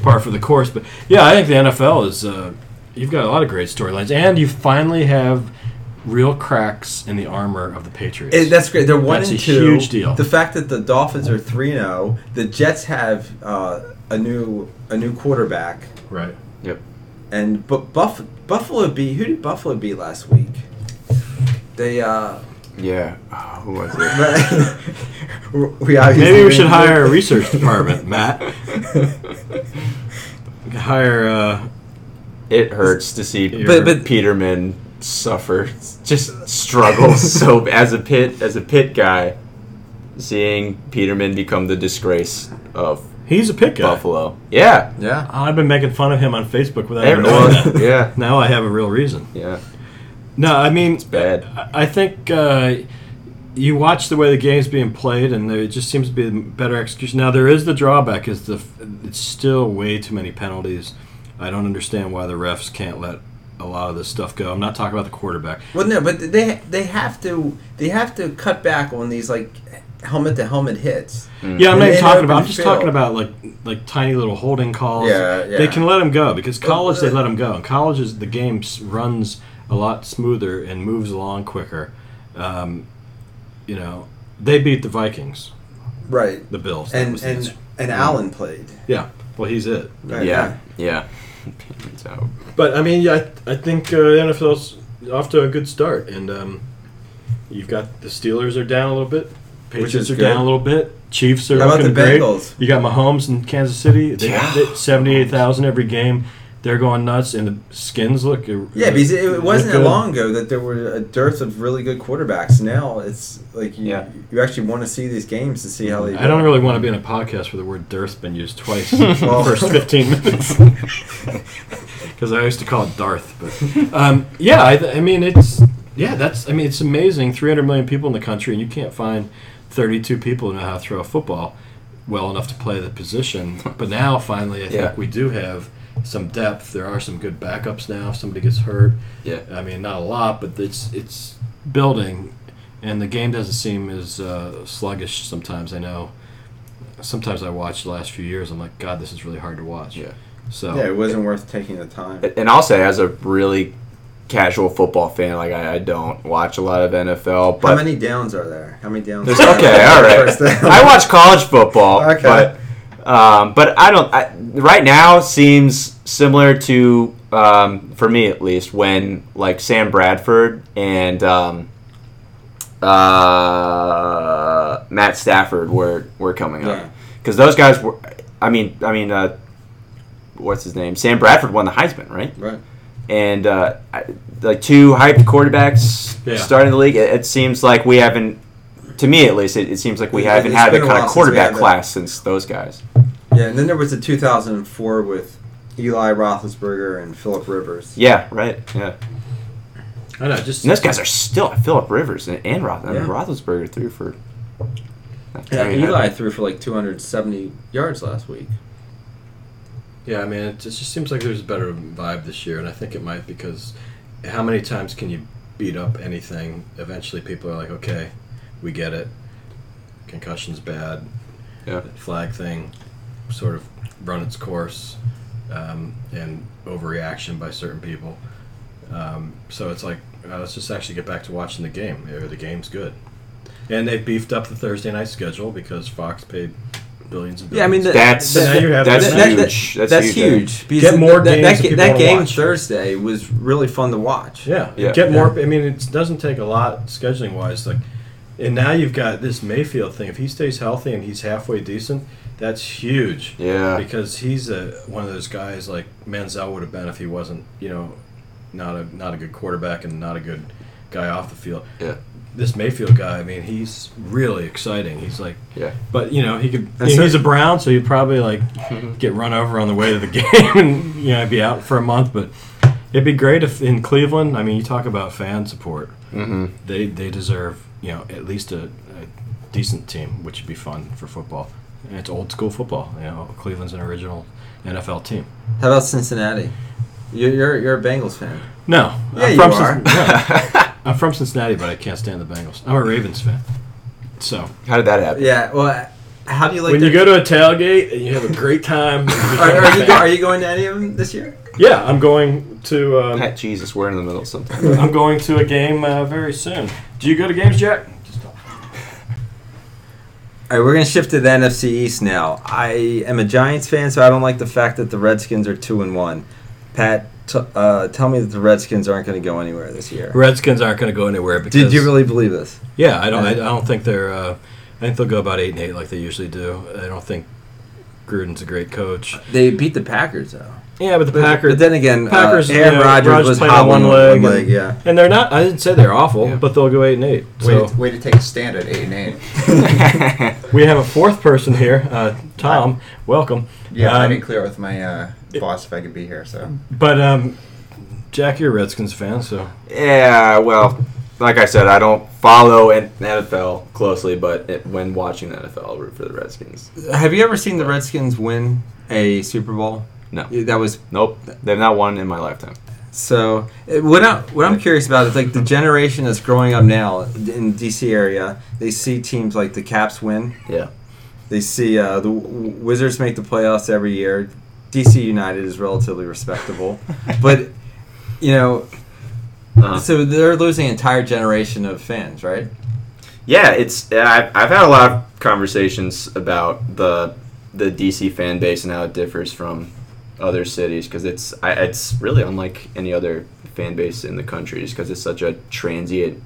Speaker 3: par for the course. But yeah, I think the NFL is. Uh, you've got a lot of great storylines, and you finally have real cracks in the armor of the
Speaker 1: [LAUGHS]
Speaker 3: Patriots.
Speaker 1: It, that's great. They're one
Speaker 3: That's
Speaker 1: and
Speaker 3: a
Speaker 1: two.
Speaker 3: huge deal.
Speaker 1: The fact that the Dolphins are three and zero, the Jets have uh, a new a new quarterback,
Speaker 3: right.
Speaker 2: Yep.
Speaker 1: and but Buff, Buffalo beat who did Buffalo beat last week? They
Speaker 3: [LAUGHS]
Speaker 1: uh, [LAUGHS]
Speaker 2: Yeah. Oh, who was it?
Speaker 1: we obviously
Speaker 3: Maybe we should
Speaker 1: didn't-
Speaker 3: hire a [LAUGHS] research department, Matt. [LAUGHS] We could Hire uh,
Speaker 2: It hurts to see
Speaker 3: But-
Speaker 1: but-
Speaker 2: Peterman suffer, just struggle so b- as a pit as a pit guy. Seeing Peterman become the disgrace of
Speaker 3: he's a pick guy.
Speaker 2: Buffalo. Yeah.
Speaker 1: [LAUGHS] Yeah,
Speaker 3: I've been making fun of him on Facebook without even knowing
Speaker 2: Everyone.
Speaker 3: that.
Speaker 2: yeah.
Speaker 3: Now I have a real reason.
Speaker 2: Yeah.
Speaker 3: No, I mean, it's
Speaker 2: bad.
Speaker 3: [LAUGHS] I think uh, you watch the way the game's being played, and there just seems to be a better execution. Now there is the drawback: is the it's still way too many penalties. I don't understand why the refs can't let a lot of this stuff go. I'm not talking about the quarterback.
Speaker 1: Well, no, but they they have to they have to cut back on these like helmet to helmet hits.
Speaker 2: Mm.
Speaker 3: Yeah, I'm not
Speaker 1: In
Speaker 3: even talking
Speaker 1: open
Speaker 3: about. I'm just
Speaker 1: field.
Speaker 3: talking about like like tiny little holding calls.
Speaker 1: Yeah, yeah.
Speaker 3: They can let them go because college they
Speaker 1: uh,
Speaker 3: let them go. And college is the game s- runs a lot smoother and moves along quicker. Um, you know, they beat the Vikings,
Speaker 1: Right,
Speaker 3: the Bills. That
Speaker 1: and
Speaker 3: was the
Speaker 1: and
Speaker 3: answer.
Speaker 1: and Allen played.
Speaker 3: yeah, well he's it.
Speaker 1: Right,
Speaker 2: Mm. Yeah. Yeah. Peterman's out.
Speaker 3: But I mean, yeah, I, I think uh, the NFL's off to a good start, and um, you've got the Steelers are down a little bit,
Speaker 1: is
Speaker 3: Patriots are
Speaker 1: good.
Speaker 3: down a little bit, Chiefs are
Speaker 1: How about
Speaker 3: looking
Speaker 1: the
Speaker 3: great.
Speaker 1: Bengals?
Speaker 3: You got Mahomes in Kansas City, they,
Speaker 2: Yeah.
Speaker 3: they, seventy-eight thousand every game. They're going nuts, and the skins look. uh,
Speaker 1: Yeah, because it, it wasn't
Speaker 3: look
Speaker 1: that
Speaker 3: good.
Speaker 1: long ago that there were a dearth of really good quarterbacks. Now it's like you,
Speaker 2: Yeah.
Speaker 1: you actually want to see these games to see how they.
Speaker 3: I don't really want to be in a podcast where the word dearth's been used twice in the [LAUGHS]
Speaker 1: Well-
Speaker 3: first 15 minutes. [LAUGHS] Because I used to call it Darth. But um, yeah, I, th- I mean, it's yeah, that's I mean, it's amazing. 300 million people in the country, and you can't find 32 people who know how to throw a football well enough to play the position. But now, finally, I
Speaker 2: Yeah.
Speaker 3: think we do have some depth. There are some good backups now. If somebody gets hurt,
Speaker 2: Yeah.
Speaker 3: I mean, not a lot, but it's it's building, and the game doesn't seem as uh, sluggish sometimes. I know. Sometimes I watch the last few years. I'm like, God, this is really hard to watch.
Speaker 2: Yeah.
Speaker 3: So
Speaker 1: Yeah, it wasn't worth taking the time.
Speaker 2: And I'll say, as a really casual football fan, like I, I don't watch a lot of NFL,
Speaker 1: how
Speaker 2: but
Speaker 1: many downs are there? How many [LAUGHS] downs?
Speaker 2: There's-
Speaker 1: are
Speaker 2: okay,
Speaker 1: there?
Speaker 2: all
Speaker 1: First
Speaker 2: right.
Speaker 1: down.
Speaker 2: I watch college football,
Speaker 1: Okay.
Speaker 2: but um, but I don't. I, right now seems similar to um, for me at least when like Sam Bradford and um, uh, Matt Stafford were were coming
Speaker 1: Yeah.
Speaker 2: up because those guys were. I mean, I mean, uh, what's his name? Sam Bradford won the Heisman, right?
Speaker 1: [LAUGHS] Right.
Speaker 2: and uh, I- like two hyped quarterbacks
Speaker 3: Yeah.
Speaker 2: starting the league. It, it seems like we haven't, to me at least, it, it seems like we
Speaker 1: It's-
Speaker 2: haven't
Speaker 1: it's
Speaker 2: had the
Speaker 1: been
Speaker 2: kind
Speaker 1: a while
Speaker 2: of
Speaker 1: since we
Speaker 2: quarterback
Speaker 1: had that.
Speaker 2: class since those guys.
Speaker 1: Yeah, and then there was the 2004 with Eli Roethlisberger and Philip Rivers.
Speaker 2: Yeah, right. Yeah,
Speaker 3: I know. Just
Speaker 2: and those guys are still Philip Rivers and, and Roth. I mean,
Speaker 1: Yeah.
Speaker 2: Roethlisberger threw for.
Speaker 1: Yeah,
Speaker 2: I mean,
Speaker 1: Eli threw for like 270 yards last week.
Speaker 3: Yeah, I mean, it just, it just seems like there's a better vibe this year, and I think it might because how many times can you beat up anything? Eventually, people are like, okay, we get it. Concussion's bad.
Speaker 2: Yeah.
Speaker 3: Flag thing sort of run its course, um, and overreaction by certain people. Um, so it's like, uh, let's just actually get back to watching the game. Or the game's good. And they beefed up the Thursday night schedule because Fox paid billions and billions.
Speaker 1: Yeah, I mean, the-
Speaker 2: That's
Speaker 3: So now you have
Speaker 2: that's
Speaker 3: that-
Speaker 1: that-
Speaker 2: huge. that's, huge.
Speaker 1: because
Speaker 3: Get more
Speaker 1: th- that,
Speaker 3: games
Speaker 1: that, ga-
Speaker 3: that people
Speaker 1: that
Speaker 3: wanna
Speaker 1: game
Speaker 3: watch.
Speaker 1: Thursday was really fun to watch.
Speaker 3: Yeah,
Speaker 2: Yeah.
Speaker 3: get more. I mean, it doesn't take a lot scheduling wise. Like, and now you've got this Mayfield thing. If he stays healthy and he's halfway decent, that's huge.
Speaker 2: Yeah,
Speaker 3: Because he's a one of those guys like Manziel would have been if he wasn't, you know, not a not a good quarterback and not a good guy off the field.
Speaker 2: Yeah.
Speaker 3: This Mayfield guy, I mean, he's really exciting. He's like,
Speaker 2: Yeah.
Speaker 3: But you know, he could.
Speaker 1: And
Speaker 3: he-
Speaker 1: so-
Speaker 3: he's a Brown, so he'd probably like [LAUGHS] get run over on the way to the [LAUGHS] game, and you know, be out for a month. But it'd be great if in Cleveland. I mean, you talk about fan support.
Speaker 1: Mm-hmm.
Speaker 2: hmm
Speaker 3: They they deserve you know at least a, a decent team, which would be fun for football. And it's old school football. You know, Cleveland's an original NFL team.
Speaker 1: How about Cincinnati? You're you're, you're a Bengals fan.
Speaker 3: No,
Speaker 1: Yeah, you are.
Speaker 3: Cincin- [LAUGHS] no. I'm from Cincinnati, but I can't stand the Bengals. I'm a Ravens fan, so
Speaker 2: [LAUGHS] How did that happen?
Speaker 1: Yeah, well, How do you like
Speaker 4: when
Speaker 1: their-
Speaker 4: you go to a tailgate and you have a great time, you become
Speaker 1: [LAUGHS] Are,
Speaker 4: a
Speaker 1: [LAUGHS] are, you
Speaker 3: [LAUGHS]
Speaker 4: fan.
Speaker 1: go, are you going to any of them this year?
Speaker 4: yeah, I'm going to um,
Speaker 2: Pat Jesus, we're in the middle of something. [LAUGHS]
Speaker 3: [LAUGHS]
Speaker 4: I'm going to a game uh, very soon. Do you go to games, Jack?
Speaker 1: All right, we're gonna shift to the NFC East now. I am a Giants fan, so I don't like the fact that the Redskins are two and one. Pat, t- uh, tell me that the Redskins aren't gonna go anywhere this year.
Speaker 3: Redskins aren't going to go anywhere. Because,
Speaker 1: Did you really believe this?
Speaker 3: Yeah, I don't. I, I don't think they're. Uh, I think they'll go about eight and eight like they usually do. I don't think Gruden's a great coach.
Speaker 1: They beat the Packers though.
Speaker 3: Yeah, but the Packers.
Speaker 1: But then again,
Speaker 3: Packers,
Speaker 1: uh, Aaron
Speaker 3: you know,
Speaker 1: Rodgers,
Speaker 3: Rodgers
Speaker 1: was
Speaker 3: played on
Speaker 1: hobbling
Speaker 3: one
Speaker 1: with
Speaker 3: leg and-
Speaker 1: yeah.
Speaker 3: and they're not. I didn't say they're awful,
Speaker 5: Yeah.
Speaker 3: but they'll go eight and eight.
Speaker 5: Way,
Speaker 3: So
Speaker 5: to, way to take a stand at eight and eight.
Speaker 1: [LAUGHS]
Speaker 3: we have a fourth person here, uh, Tom. Welcome.
Speaker 5: Yeah, I
Speaker 3: Um,
Speaker 5: didn't clear it with my uh, boss if I could be here. So
Speaker 3: But um, Jack, you're a Redskins fan, so
Speaker 2: yeah, well, like I said, I don't follow an NFL closely, but it, when watching the NFL, I'll root for the Redskins.
Speaker 1: Have you ever seen the Redskins win a Super Bowl?
Speaker 2: No.
Speaker 1: That was
Speaker 2: Nope, they've not won in my lifetime.
Speaker 1: So uh, what I what I'm curious about is like the generation that's growing up now in DC area. They see teams like the Caps win.
Speaker 2: Yeah.
Speaker 1: They see uh, the W- Wizards make the playoffs every year. DC United is relatively [LAUGHS] respectable, but you know,
Speaker 2: Uh-huh.
Speaker 1: so they're losing an entire generation of fans, right?
Speaker 2: Yeah, it's I've, I've had a lot of conversations about the the DC fan base and how it differs from other cities because it's I, it's really unlike any other fan base in the country just because it's such a transient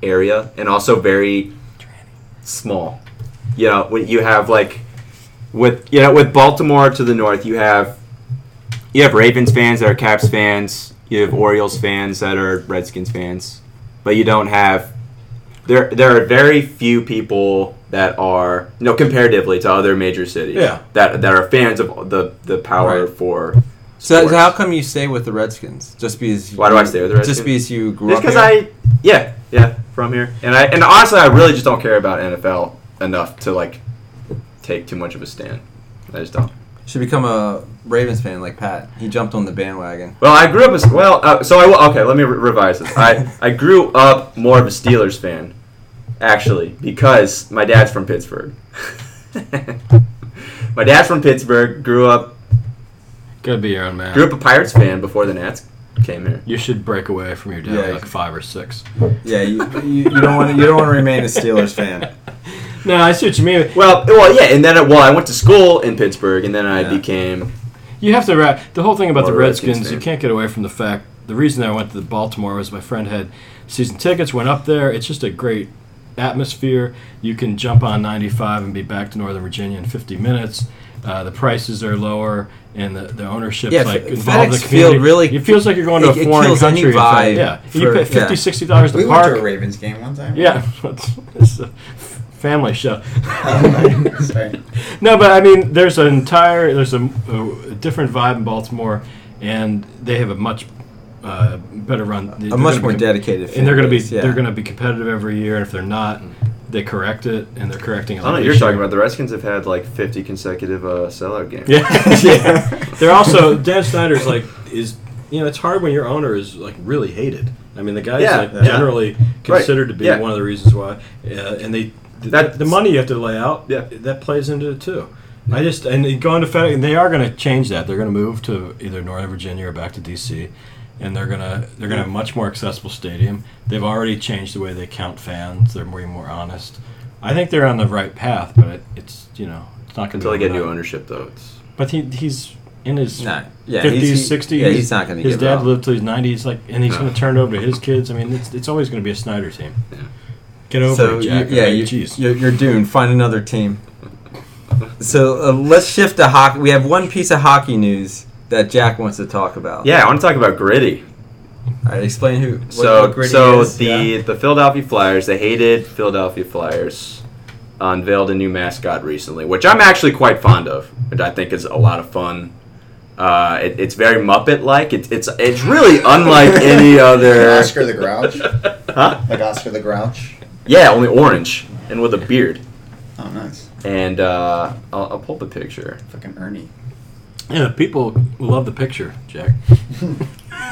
Speaker 2: area and also very small. You know, when you have like with you know with Baltimore to the north, you have you have Ravens fans that are Caps fans, you have Orioles fans that are Redskins fans, but you don't have there there are very few people that are you know comparatively to other major cities
Speaker 3: Yeah.
Speaker 2: that that are fans of the the power
Speaker 1: Right.
Speaker 2: for
Speaker 1: So,
Speaker 2: sports.
Speaker 1: so how come you stay with the Redskins? Just because?
Speaker 2: Why do I stay with the
Speaker 1: Just
Speaker 2: Redskins?
Speaker 1: because you grew
Speaker 2: Just
Speaker 1: up.
Speaker 2: because
Speaker 1: here?
Speaker 2: I, yeah, yeah, from here, and I, and honestly, I really just don't care about NFL enough to like take too much of a stand. I just don't.
Speaker 1: should become a Ravens fan like Pat. He jumped on the bandwagon.
Speaker 2: Well, I grew up as well. Uh, so I okay. Let me re- revise this. I I grew up more of a Steelers fan, actually, because my dad's from Pittsburgh. [LAUGHS] my dad's from Pittsburgh. Grew up
Speaker 3: gotta be your own man.
Speaker 2: grew up a Pirates fan before the Nats came here.
Speaker 3: You should break away from your dad
Speaker 1: Yeah, you
Speaker 3: like
Speaker 1: should.
Speaker 3: five or six.
Speaker 1: Yeah, you, you, you don't want to, you don't want to remain a Steelers fan.
Speaker 3: No, I see what you mean.
Speaker 2: Well, well, yeah, and then well, I went to school in Pittsburgh, and then I
Speaker 1: Yeah.
Speaker 2: became
Speaker 3: You have to wrap the whole thing about
Speaker 2: Or
Speaker 3: the
Speaker 2: Redskins
Speaker 3: Redskins. you
Speaker 2: fan.
Speaker 3: can't get away from the fact. The reason I went to Baltimore was my friend had season tickets. Went up there. It's just a great atmosphere. You can jump on 95 and be back to Northern Virginia in 50 minutes. Uh, the prices are lower, and the, the ownership
Speaker 1: Yeah,
Speaker 3: like
Speaker 1: F-
Speaker 3: involved in the
Speaker 1: FedEx Field
Speaker 3: community.
Speaker 1: really-
Speaker 3: it feels like you're going to
Speaker 1: it-
Speaker 3: a
Speaker 1: it
Speaker 3: foreign
Speaker 1: kills any
Speaker 3: country. It's like-
Speaker 1: vibe
Speaker 3: yeah,
Speaker 1: for-
Speaker 3: you pay 50,
Speaker 1: yeah.
Speaker 3: 60 dollars
Speaker 5: [LAUGHS]
Speaker 3: to
Speaker 5: we
Speaker 3: park.
Speaker 5: went to a Ravens game one time.
Speaker 3: yeah, [LAUGHS] it's a
Speaker 5: [LAUGHS]
Speaker 3: family show. [LAUGHS]
Speaker 5: Oh, [LAUGHS] sorry.
Speaker 3: No, but I mean, there's an entire there's a, a different vibe in Baltimore, and they have a much uh, better run.
Speaker 1: A much more dedicated. fan
Speaker 3: and they're going to be
Speaker 1: base, yeah.
Speaker 3: they're going to be competitive every year. And if they're not, they correct it, and they're correcting. it.
Speaker 2: I don't know.
Speaker 3: like
Speaker 2: You're
Speaker 3: this
Speaker 2: talking
Speaker 3: year.
Speaker 2: about the Redskins have had like 50 consecutive uh, sellout games.
Speaker 3: Yeah, [LAUGHS] yeah. They're also Dan Snyder's like is you know it's hard when your owner is like really hated. I mean, the guy's
Speaker 2: Yeah,
Speaker 3: like
Speaker 2: yeah.
Speaker 3: generally considered to be
Speaker 2: yeah.
Speaker 3: one of the reasons why, uh, and they the,
Speaker 2: That's-
Speaker 3: the money you have to lay out
Speaker 2: Yeah.
Speaker 3: that plays into it too. I just and going to FedEx, and they are going to change that. They're going to move to either Northern Virginia or back to DC, and they're gonna they're gonna have a much more accessible stadium. They've already changed the way they count fans. They're way more honest. I think they're on the right path, but it, it's you know it's not going
Speaker 2: Until they get new ownership, though, it's
Speaker 3: but he he's in his
Speaker 1: No. Yeah, he's- he-
Speaker 3: fifties, sixties.
Speaker 1: yeah, he's not gonna
Speaker 3: His
Speaker 1: give
Speaker 3: dad
Speaker 1: up.
Speaker 3: lived till he's nineties, like, and he's
Speaker 2: No.
Speaker 3: going to turn it over to his kids. I mean, it's, it's always going to be a Snyder team.
Speaker 2: Yeah.
Speaker 3: Get over
Speaker 1: so
Speaker 3: it, Jack.
Speaker 1: you- yeah,
Speaker 3: I mean,
Speaker 1: you,
Speaker 3: jeez.
Speaker 1: you're, you're doomed. Find another team. So uh, let's shift to hockey. We have one piece of hockey news that Jack wants to talk about.
Speaker 2: yeah. I want to talk about gritty.
Speaker 1: All right, explain who. What,
Speaker 2: so
Speaker 1: what gritty
Speaker 2: so
Speaker 1: is.
Speaker 2: the
Speaker 1: Yeah.
Speaker 2: the Philadelphia Flyers, the hated Philadelphia Flyers, unveiled a new mascot recently, which I'm actually quite fond of, which I think is a lot of fun. Uh, it, it's very Muppet like. It's it's it's really
Speaker 1: [LAUGHS]
Speaker 2: unlike any other.
Speaker 5: Oscar the Grouch.
Speaker 2: Huh?
Speaker 5: Like Oscar the Grouch.
Speaker 2: Yeah, only orange and with a beard.
Speaker 5: Oh, nice.
Speaker 2: And uh, I'll, I'll pull the picture.
Speaker 5: Fucking
Speaker 1: [LAUGHS]
Speaker 5: Ernie.
Speaker 3: yeah, people love the picture, Jack.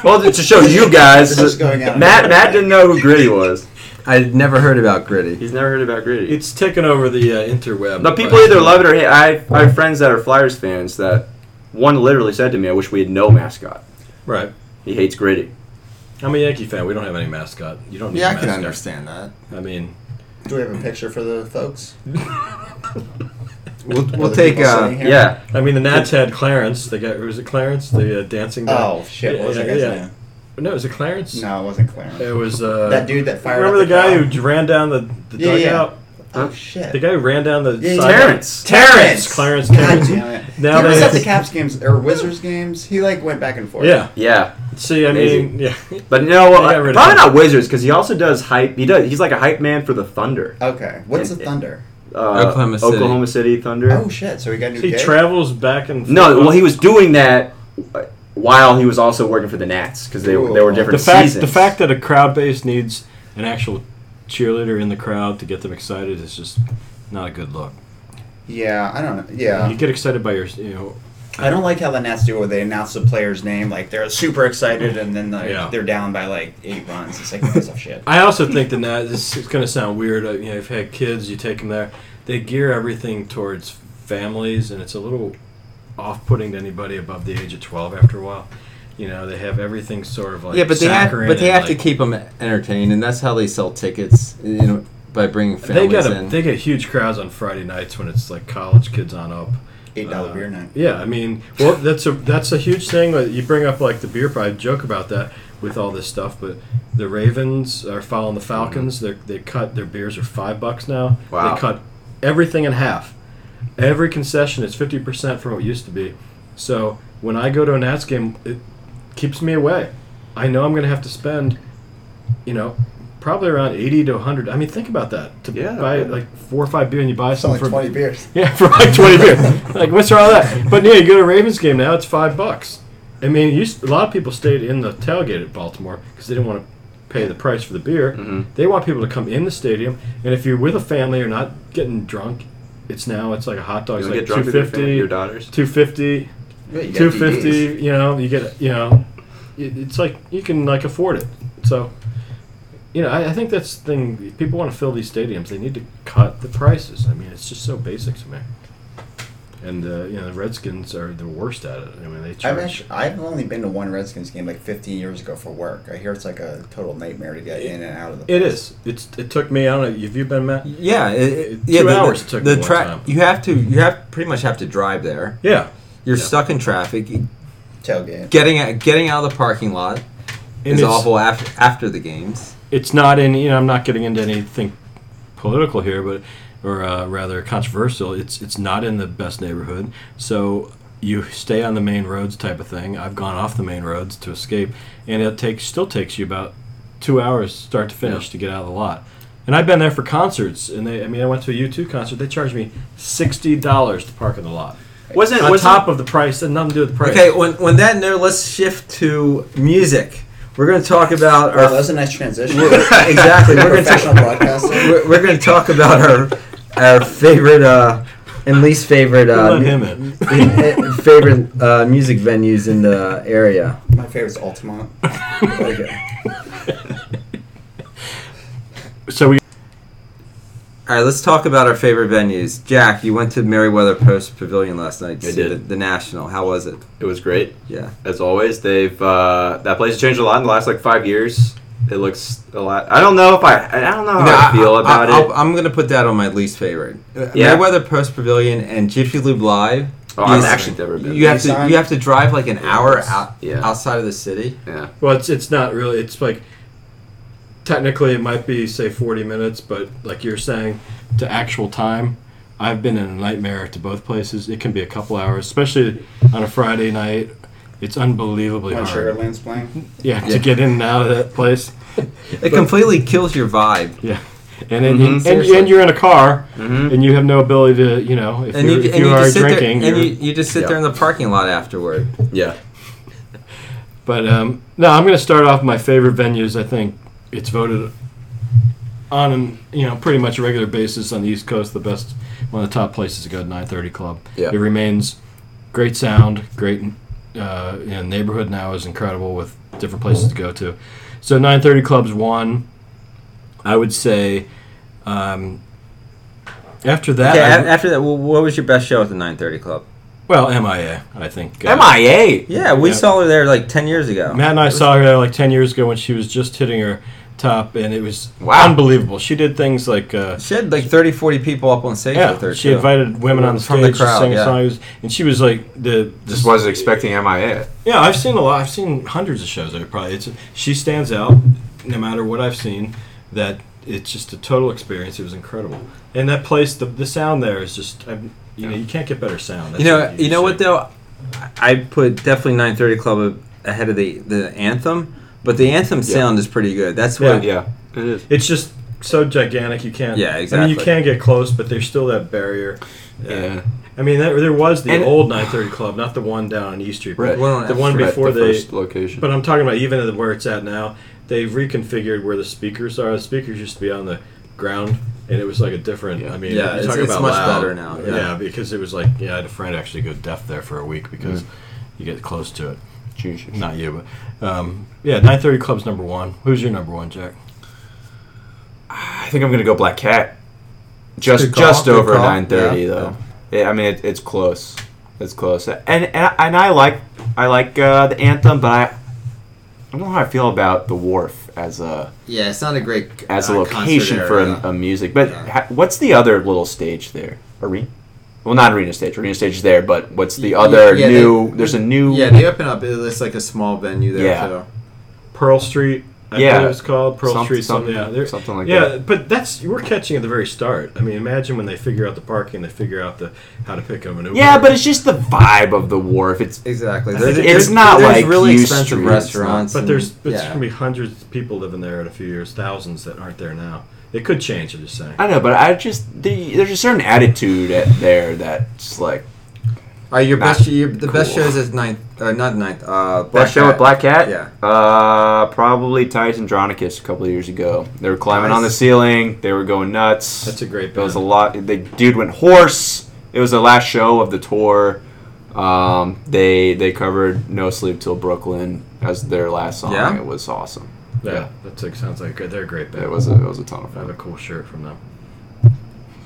Speaker 2: Well, to show you guys,
Speaker 5: This is going out.
Speaker 2: Matt Matt didn't know who Gritty was.
Speaker 1: I'd never heard about Gritty.
Speaker 2: He's never heard about Gritty.
Speaker 3: It's taken over the uh, interweb.
Speaker 2: No, people either love it or hate. I, I have friends that are Flyers fans that one literally said to me, "I wish we had no mascot."
Speaker 3: Right.
Speaker 2: He hates gritty.
Speaker 3: I'm a Yankee fan. We don't have any mascot. You don't need
Speaker 5: Yeah,
Speaker 3: a
Speaker 5: I can
Speaker 3: mascot.
Speaker 5: understand that.
Speaker 3: I mean,
Speaker 5: Do we have a picture for the folks?
Speaker 1: We'll,
Speaker 5: For
Speaker 1: we'll
Speaker 5: the
Speaker 1: take
Speaker 5: people sitting
Speaker 1: uh,
Speaker 5: here?
Speaker 2: Yeah,
Speaker 3: I mean the Nats had Clarence. They got was it Clarence the uh, dancing guy?
Speaker 5: Oh shit! What was that guy's
Speaker 3: Yeah, yeah. No, was it Clarence?
Speaker 5: name? No, it wasn't Clarence.
Speaker 3: It was uh,
Speaker 5: that dude that fired.
Speaker 3: Remember
Speaker 5: up
Speaker 3: the guy
Speaker 5: crowd?
Speaker 3: who ran down the, the
Speaker 5: Yeah, yeah.
Speaker 3: dugout?
Speaker 5: Oh shit!
Speaker 3: The guy who ran down the
Speaker 5: Yeah,
Speaker 3: side-
Speaker 2: Terrence.
Speaker 3: Terrence. Clarence Terrence.
Speaker 5: God damn it. Now
Speaker 3: Now
Speaker 5: he was
Speaker 3: they-
Speaker 5: at the Caps games or Wizards games. He like went back and forth.
Speaker 3: Yeah.
Speaker 2: yeah.
Speaker 3: See, I
Speaker 2: Amazing.
Speaker 3: mean, yeah.
Speaker 2: But no,
Speaker 3: They got
Speaker 2: uh,
Speaker 3: rid of
Speaker 2: probably
Speaker 3: him.
Speaker 2: not Wizards because he also does hype. He does. He's like a hype man for the Thunder.
Speaker 5: Okay. What's
Speaker 2: And-
Speaker 5: the Thunder?
Speaker 2: Uh,
Speaker 1: Oklahoma City.
Speaker 2: Oklahoma City Thunder.
Speaker 5: Oh shit! So we got a new.
Speaker 3: He
Speaker 5: gig?
Speaker 3: travels back and
Speaker 2: no, well, he was doing that while he was also working for the Nats because they
Speaker 5: Cool.
Speaker 2: they were
Speaker 3: the
Speaker 2: different
Speaker 3: fact
Speaker 2: seasons.
Speaker 3: the fact that a crowd base needs an actual cheerleader in the crowd to get them excited is just not a good look.
Speaker 5: Yeah, I don't know. Yeah,
Speaker 3: You get excited by your, you know,
Speaker 5: I don't like how the Nats do it. Where they announce the player's name, like they're super excited, and then like,
Speaker 3: Yeah.
Speaker 5: they're down by like eight runs. It's like piece of shit.
Speaker 3: I also think the Nats. This is going to sound weird. uh, You know, if you had kids, you take them there. They gear everything towards families, and it's a little off-putting to anybody above the age of twelve. After a while, you know, they have everything sort of like
Speaker 1: yeah, but they have
Speaker 3: saccharine
Speaker 1: but they
Speaker 3: and,
Speaker 1: have to
Speaker 3: like-
Speaker 1: keep them entertained, and that's how they sell tickets. You know, by bringing
Speaker 3: They
Speaker 1: families
Speaker 3: get a,
Speaker 1: in.
Speaker 3: they get huge crowds on Friday nights when it's like college kids on up.
Speaker 5: Eight dollar
Speaker 3: Uh,
Speaker 5: beer night.
Speaker 3: Yeah, I mean, well, that's a that's a huge thing. Like, You bring up like the beer pie. I joke about that with all this stuff, but the Ravens are following the
Speaker 2: Mm-hmm.
Speaker 3: Falcons. They they cut their beers are five bucks now.
Speaker 2: Wow.
Speaker 3: They cut everything in half. Every concession is fifty percent from what it used to be. So when I go to a Nats game, it keeps me away. I know I'm going to have to spend, you know, probably around eighty to hundred. I mean, think about that. To
Speaker 2: Yeah.
Speaker 3: buy like four or five beer and you buy
Speaker 5: It's only
Speaker 3: something for
Speaker 5: twenty beers.
Speaker 3: [LAUGHS] yeah, for like twenty beer. like, what's wrong with that? But yeah, you go to a Ravens game now; it's five bucks. I mean, you, s- a lot of people stayed in the tailgate at Baltimore because they didn't want to pay the price for the beer.
Speaker 2: Mm-hmm.
Speaker 3: They want people to come in the stadium, and if you're with a family or not getting drunk, it's now it's like a hot dog.
Speaker 2: You
Speaker 3: It's
Speaker 2: don't get
Speaker 3: like
Speaker 2: drunk
Speaker 3: two
Speaker 2: with your family, your
Speaker 3: fifty,
Speaker 2: daughters.
Speaker 3: two fifty,
Speaker 5: Yeah, you got
Speaker 3: two fifty.
Speaker 5: DDs.
Speaker 3: You know, you get you know, it, it's like you can like afford it. So. You know, I, I think that's the thing. People want to fill these stadiums. They need to cut the prices. I mean, it's just so basic to me. And uh, you know, the Redskins are the worst at it. I mean, they
Speaker 5: I've
Speaker 3: charge.
Speaker 5: actually, I've only been to one Redskins game like 15 years ago for work. I hear it's like a total nightmare to get in and out of the.
Speaker 3: it is. It's. It took me. I don't know. Have you been, Matt?
Speaker 1: yeah, it, it,
Speaker 3: Two
Speaker 1: yeah. the-
Speaker 3: hours
Speaker 1: the,
Speaker 3: took
Speaker 1: the
Speaker 3: me one
Speaker 1: tra-
Speaker 3: time.
Speaker 1: You have to. You have pretty much have to drive there.
Speaker 3: Yeah.
Speaker 1: You're
Speaker 3: Yeah.
Speaker 1: stuck in traffic.
Speaker 5: tailgate.
Speaker 1: Getting out, getting out of the parking lot is
Speaker 3: And it's,
Speaker 1: awful after after the games.
Speaker 3: It's not in. You know, I'm not getting into anything political here, but or uh, rather controversial. It's. It's not in the best neighborhood. So you stay on the main roads, type of thing. I've gone off the main roads to escape, and it takes still takes you about two hours start to finish to get out of the lot. And I've been there for concerts, and they. I mean, I went to a U2 concert. They charged me sixty dollars to park in the lot.
Speaker 2: Wasn't
Speaker 3: on
Speaker 2: wasn't,
Speaker 3: top of the price and nothing to do with the price.
Speaker 1: Okay, when when that note, let's shift to music. We're going to talk about
Speaker 5: Wow,
Speaker 1: our
Speaker 5: Oh, that was a nice
Speaker 3: [LAUGHS]
Speaker 5: transition.
Speaker 1: [LAUGHS] exactly. We're going to
Speaker 5: professional broadcaster.
Speaker 1: we're, we're going to talk about our our favorite uh, and least favorite uh,
Speaker 3: Let
Speaker 1: mu-
Speaker 3: him in.
Speaker 1: eh, favorite uh, music venues in the area.
Speaker 5: My favorite's Altamont.
Speaker 3: [LAUGHS]
Speaker 5: Okay.
Speaker 3: So we
Speaker 1: All right, let's talk about our favorite venues. Jack, you went to Meriwether Post Pavilion last night to
Speaker 2: I
Speaker 1: see
Speaker 2: did.
Speaker 1: The, the National. How was it?
Speaker 2: It was great.
Speaker 1: Yeah.
Speaker 2: as always. They've uh, that place has changed a lot in the last like five years. It looks a lot. I don't know if I. I don't know how I feel about it.
Speaker 1: am going to put that on my least favorite. Uh,
Speaker 2: Yeah.
Speaker 1: Meriwether Post Pavilion and Jiffy Lube Live.
Speaker 2: oh, I've
Speaker 1: Yes.
Speaker 2: actually never been.
Speaker 1: You have to
Speaker 5: Nissan?
Speaker 1: you have to drive like an hour out
Speaker 2: Yeah.
Speaker 1: outside of the city.
Speaker 2: yeah.
Speaker 3: well, it's it's not really. It's like technically it might be say forty minutes, but like you're saying, to actual time, I've been in a nightmare to both places. It can be a couple hours, especially on a Friday night. It's unbelievably
Speaker 5: When
Speaker 3: hard.
Speaker 5: Sugarland's playing.
Speaker 3: Yeah,
Speaker 1: Yeah.
Speaker 3: to get in and out of that place. [LAUGHS]
Speaker 1: It completely kills your vibe.
Speaker 3: Yeah. And, then
Speaker 2: Mhm.
Speaker 3: and,
Speaker 1: Seriously.
Speaker 3: and you're in a car,
Speaker 2: Mhm.
Speaker 3: and you have no ability to, you know, if
Speaker 1: Mm-hmm. And
Speaker 3: you,
Speaker 1: you,
Speaker 3: if
Speaker 1: and
Speaker 3: you
Speaker 1: you
Speaker 3: are
Speaker 1: just sit
Speaker 3: drinking,
Speaker 1: there, and
Speaker 3: you're-
Speaker 1: you, you just sit
Speaker 2: Yeah.
Speaker 1: there in the parking lot afterward.
Speaker 2: Yeah.
Speaker 3: But um, no, I'm going to start off my favorite venues. I think it's voted on, an, you know, pretty much a regular basis on the East Coast, the best, one of the top places to go to 9:30 Club.
Speaker 2: Yeah.
Speaker 3: It remains great sound, great uh, you know, neighborhood now is incredible with different places to go to. So 9:30 Club's one. I would say um, after that.
Speaker 1: Okay,
Speaker 3: I
Speaker 1: a-
Speaker 3: would-
Speaker 1: after that, wh- what was your best show at the 9:30 Club?
Speaker 3: well, MIA, I think. uh,
Speaker 2: MIA.
Speaker 1: Yeah, we
Speaker 3: Yeah.
Speaker 1: saw her there like 10 years ago.
Speaker 3: Matt and I saw her there like 10 years ago when she was just hitting her top, and it was
Speaker 2: Wow.
Speaker 3: unbelievable. She did things like. Uh,
Speaker 1: She had like 30, 40 people up on stage with
Speaker 3: yeah,
Speaker 1: her.
Speaker 3: she
Speaker 1: too.
Speaker 3: invited women on
Speaker 1: From the
Speaker 3: stage
Speaker 1: crowd,
Speaker 3: to sing
Speaker 1: yeah.
Speaker 3: songs, and she was like the
Speaker 2: Just wasn't expecting MIA.
Speaker 3: Yeah, I've seen a lot. I've seen hundreds of shows. I probably it's she stands out no matter what I've seen. That it's just a total experience. It was incredible, and that place, the, the sound there is just I'm, you know you can't get better sound.
Speaker 1: You
Speaker 3: That's
Speaker 1: know,
Speaker 3: what
Speaker 1: you know what
Speaker 3: say.
Speaker 1: though, I put definitely 9:30 Club a- ahead of the the anthem, but the anthem sound is pretty good. That's what. Yeah.
Speaker 2: Yeah, it is.
Speaker 3: It's just so gigantic. You can't.
Speaker 1: Yeah,
Speaker 3: I mean,
Speaker 1: exactly.
Speaker 3: you can get close, but there's still that barrier.
Speaker 2: Yeah.
Speaker 3: I mean, that, there was the
Speaker 1: And-
Speaker 3: old 930 Club, not the one down on E Street,
Speaker 2: Right.
Speaker 3: but
Speaker 1: Well,
Speaker 3: the one
Speaker 2: Right,
Speaker 3: before
Speaker 2: the
Speaker 3: they
Speaker 2: first location.
Speaker 3: But I'm talking about even where it's at now. They've reconfigured where the speakers are. The speakers used to be on the ground, and it was like a different.
Speaker 2: Yeah.
Speaker 3: I mean,
Speaker 1: Yeah,
Speaker 3: you're
Speaker 1: it's-
Speaker 3: talking
Speaker 1: it's
Speaker 3: about
Speaker 1: much
Speaker 3: loud.
Speaker 1: better now, yeah.
Speaker 3: because it was like yeah, I had a friend actually go deaf there for a week because
Speaker 1: Mm.
Speaker 3: you get close to it. Not you, but um, yeah, 930 Club's number one. Who's your number one, Jack?
Speaker 2: I think I'm gonna go Black Cat. Just
Speaker 1: Good call,
Speaker 2: just
Speaker 1: good
Speaker 2: over
Speaker 1: call.
Speaker 2: 9:30
Speaker 1: Yeah,
Speaker 2: though. Yeah. I mean it, it's close. It's close. And and, and I like I like uh, the anthem, but I I don't know how I feel about the Wharf as a
Speaker 5: it's not a great
Speaker 2: as a
Speaker 5: uh,
Speaker 2: location
Speaker 5: concert
Speaker 2: for
Speaker 5: area.
Speaker 2: a, a music. But
Speaker 5: Yeah.
Speaker 2: ha, what's the other little stage there? Arena? Well, not arena stage. Arena stage is there, but what's the
Speaker 5: Y-
Speaker 2: other
Speaker 5: yeah,
Speaker 2: new?
Speaker 5: they-
Speaker 2: there's a new.
Speaker 5: Yeah, they open up. It's like a small venue there
Speaker 2: Yeah.
Speaker 5: too.
Speaker 3: Pearl Street. I
Speaker 2: Yeah.
Speaker 3: think it was called Pearl
Speaker 2: Some-
Speaker 3: Street.
Speaker 2: some-
Speaker 3: Something, yeah, there-
Speaker 2: something like
Speaker 3: yeah,
Speaker 2: that.
Speaker 3: but that's we're catching at the very start. I mean, imagine when they figure out the parking, they figure out the how to pick up an Uber.
Speaker 2: Yeah, but it's just the vibe of the wharf. It's
Speaker 1: Exactly.
Speaker 2: It's not
Speaker 1: there's
Speaker 2: like
Speaker 1: really
Speaker 2: U
Speaker 1: expensive
Speaker 2: Street, it's
Speaker 1: restaurants.
Speaker 3: But
Speaker 1: and-
Speaker 3: there's there's
Speaker 1: yeah.
Speaker 3: gonna be hundreds of people living there in a few years, thousands that aren't there now. It could change. I'm just saying.
Speaker 2: I know, but I just the, there's a certain attitude at, there that's like
Speaker 1: Are your
Speaker 2: Not
Speaker 1: best your, the best
Speaker 2: cool.
Speaker 1: shows is ninth uh, not ninth uh Black
Speaker 2: that show
Speaker 1: Cat.
Speaker 2: with Black Cat.
Speaker 1: Yeah.
Speaker 2: Uh, probably Titus Andronicus a couple of years ago. They were climbing on the
Speaker 1: Nice.
Speaker 2: ceiling. They were going nuts.
Speaker 3: That's a great
Speaker 2: It was a
Speaker 3: band.
Speaker 2: lot. The dude went horse. It was the last show of the tour. Um, they they covered No Sleep Till Brooklyn as their last song.
Speaker 1: Yeah?
Speaker 2: It was awesome.
Speaker 3: Yeah, that like, sounds like they're a great band.
Speaker 2: It was a, it was a ton of
Speaker 3: I have a
Speaker 2: fun.
Speaker 3: cool shirt from them.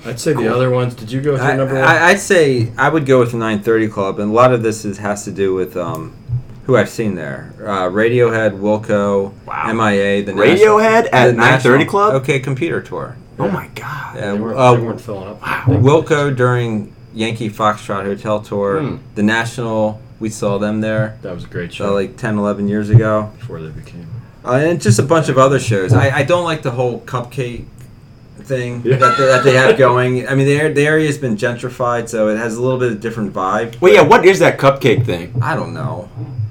Speaker 3: I'd say the other ones. Did you go with your
Speaker 1: I,
Speaker 3: number one?
Speaker 1: I, I'd say I would go with the 9:30 Club, and a lot of this is, has to do with um, who I've seen there: uh, Radiohead, Wilco,
Speaker 2: Wow.
Speaker 1: MIA, the
Speaker 2: Radiohead
Speaker 1: National-
Speaker 2: at 9:30
Speaker 1: the National-
Speaker 2: Club?
Speaker 1: Okay, Computer Tour.
Speaker 2: Oh my god.
Speaker 1: Yeah,
Speaker 3: they, weren't,
Speaker 1: uh,
Speaker 3: they weren't filling up.
Speaker 1: Wilco during Yankee Foxtrot Hotel Tour,
Speaker 2: Hmm.
Speaker 1: the National. We saw them there
Speaker 3: That was a great
Speaker 1: uh,
Speaker 3: show.
Speaker 1: like 10, 11 years ago,
Speaker 3: before they became.
Speaker 1: uh, and just a bunch of other shows. I, I don't like the whole cupcake thing
Speaker 3: Yeah.
Speaker 1: that, they, that they have going. I mean, the, ar- the area has been gentrified, so it has a little bit of different vibe.
Speaker 2: Well, yeah. What is that cupcake thing?
Speaker 1: I don't know.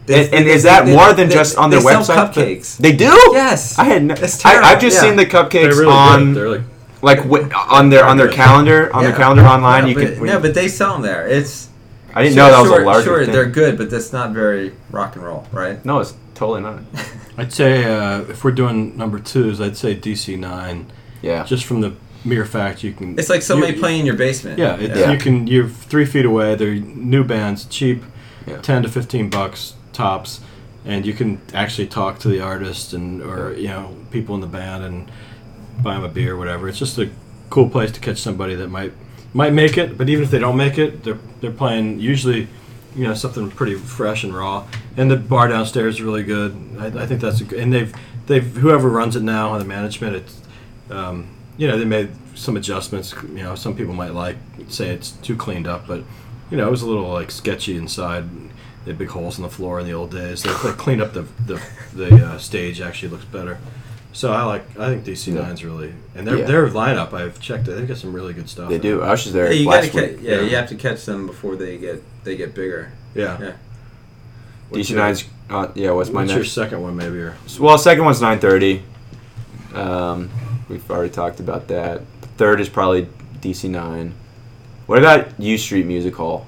Speaker 2: and, and is that more than just on their
Speaker 1: they
Speaker 2: website?
Speaker 1: Sell
Speaker 2: But-
Speaker 1: cupcakes.
Speaker 2: They do.
Speaker 1: Yes.
Speaker 2: I had. No,
Speaker 1: It's
Speaker 2: I,
Speaker 1: terrible,
Speaker 2: I've just
Speaker 1: yeah.
Speaker 2: seen the
Speaker 3: They're
Speaker 2: cupcakes
Speaker 3: really
Speaker 2: on
Speaker 3: good. They're like
Speaker 2: like wi- on their on their
Speaker 3: Yeah.
Speaker 2: calendar on
Speaker 1: Yeah.
Speaker 2: their calendar online.
Speaker 1: Yeah,
Speaker 2: you
Speaker 1: but,
Speaker 2: can.
Speaker 1: no, but they sell them there. It's
Speaker 2: I didn't
Speaker 1: sure-
Speaker 2: know that was
Speaker 1: sure,
Speaker 2: a larger
Speaker 1: Sure,
Speaker 2: thing.
Speaker 1: they're good, but that's not very rock and roll, right?
Speaker 2: No, it's totally
Speaker 1: [LAUGHS]
Speaker 2: not.
Speaker 3: I'd say uh, if we're doing number twos, I'd say DC nine.
Speaker 2: Yeah.
Speaker 3: Just from the mere fact you can.
Speaker 1: It's like somebody
Speaker 3: you-
Speaker 1: playing in your basement.
Speaker 3: Yeah, it's,
Speaker 2: Yeah.
Speaker 3: you can. You're three feet away. They're new bands, cheap,
Speaker 2: Yeah.
Speaker 3: ten to fifteen bucks tops, and you can actually talk to the artist and or you know people in the band and buy them a beer or whatever. It's just a cool place to catch somebody that might might make it. But even if they don't make it, they're they're playing usually. You know something pretty fresh and raw, and the bar downstairs is really good. I, I think that's a good, and they've they've whoever runs it now on the management, it's um, you know, they made some adjustments. You know, some people might like say it's too cleaned up, but you know, it was a little like sketchy inside. They had big holes in the floor in the old days. They, they cleaned up the the, the uh, stage. Actually, looks better. So I like. I think DC Nine's really and their
Speaker 2: Yeah.
Speaker 3: their lineup. I've checked it. They've got some really good stuff.
Speaker 2: They
Speaker 3: in
Speaker 2: do.
Speaker 3: it.
Speaker 2: Ush is there
Speaker 1: Yeah, you gotta
Speaker 2: last
Speaker 1: ca-
Speaker 2: week.
Speaker 1: yeah,
Speaker 3: Yeah.
Speaker 1: you have to catch them before they get they get bigger.
Speaker 3: Yeah.
Speaker 1: Yeah.
Speaker 3: What's
Speaker 2: DC
Speaker 3: your-
Speaker 2: Nine's. Uh, yeah, what's my
Speaker 3: What's your
Speaker 2: next?
Speaker 3: second one, maybe? Or
Speaker 2: Well, second one's nine thirty. Um, we've already talked about that. Third is probably DC Nine. What about U Street Music Hall?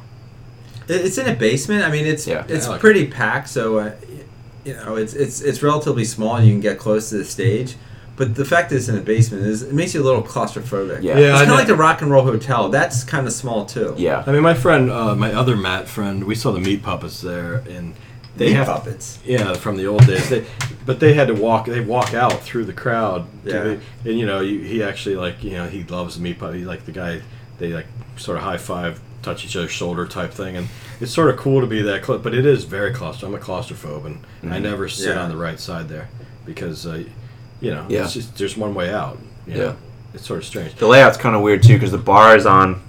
Speaker 1: It- It's in a basement. I mean, it's
Speaker 2: Yeah.
Speaker 1: it's
Speaker 3: Yeah, like-
Speaker 1: pretty packed, so uh, y- you know it's it's it's relatively small. and You can get close to the stage, but the fact that it's in a basement is it makes you a little claustrophobic.
Speaker 2: Yeah.
Speaker 3: Yeah,
Speaker 1: it's
Speaker 3: I
Speaker 1: kind of
Speaker 3: know.
Speaker 1: like the Rock and Roll Hotel. That's kind of small too.
Speaker 2: Yeah.
Speaker 3: I mean, my friend, uh, my other Matt friend, we saw the Meat Puppets there, and
Speaker 5: they
Speaker 6: Meat
Speaker 5: have
Speaker 6: puppets.
Speaker 5: yeah, from the old days. They, but they had to walk. They walk out through the crowd. to
Speaker 6: Yeah.
Speaker 5: the- and you know, you, he actually like you know he loves meat pie. He's like the guy. They like sort of high five, touch each other's shoulder type thing, and it's sort of cool to be that close. But it is very claustro. I'm a claustrophobe, and I
Speaker 2: Mm-hmm.
Speaker 5: never sit
Speaker 6: Yeah.
Speaker 5: on the right side there because uh, you know
Speaker 2: Yeah.
Speaker 5: it's just, there's one way out. You
Speaker 2: Yeah.
Speaker 5: know? it's sort of strange.
Speaker 2: The layout's kind of weird too because the bar is on.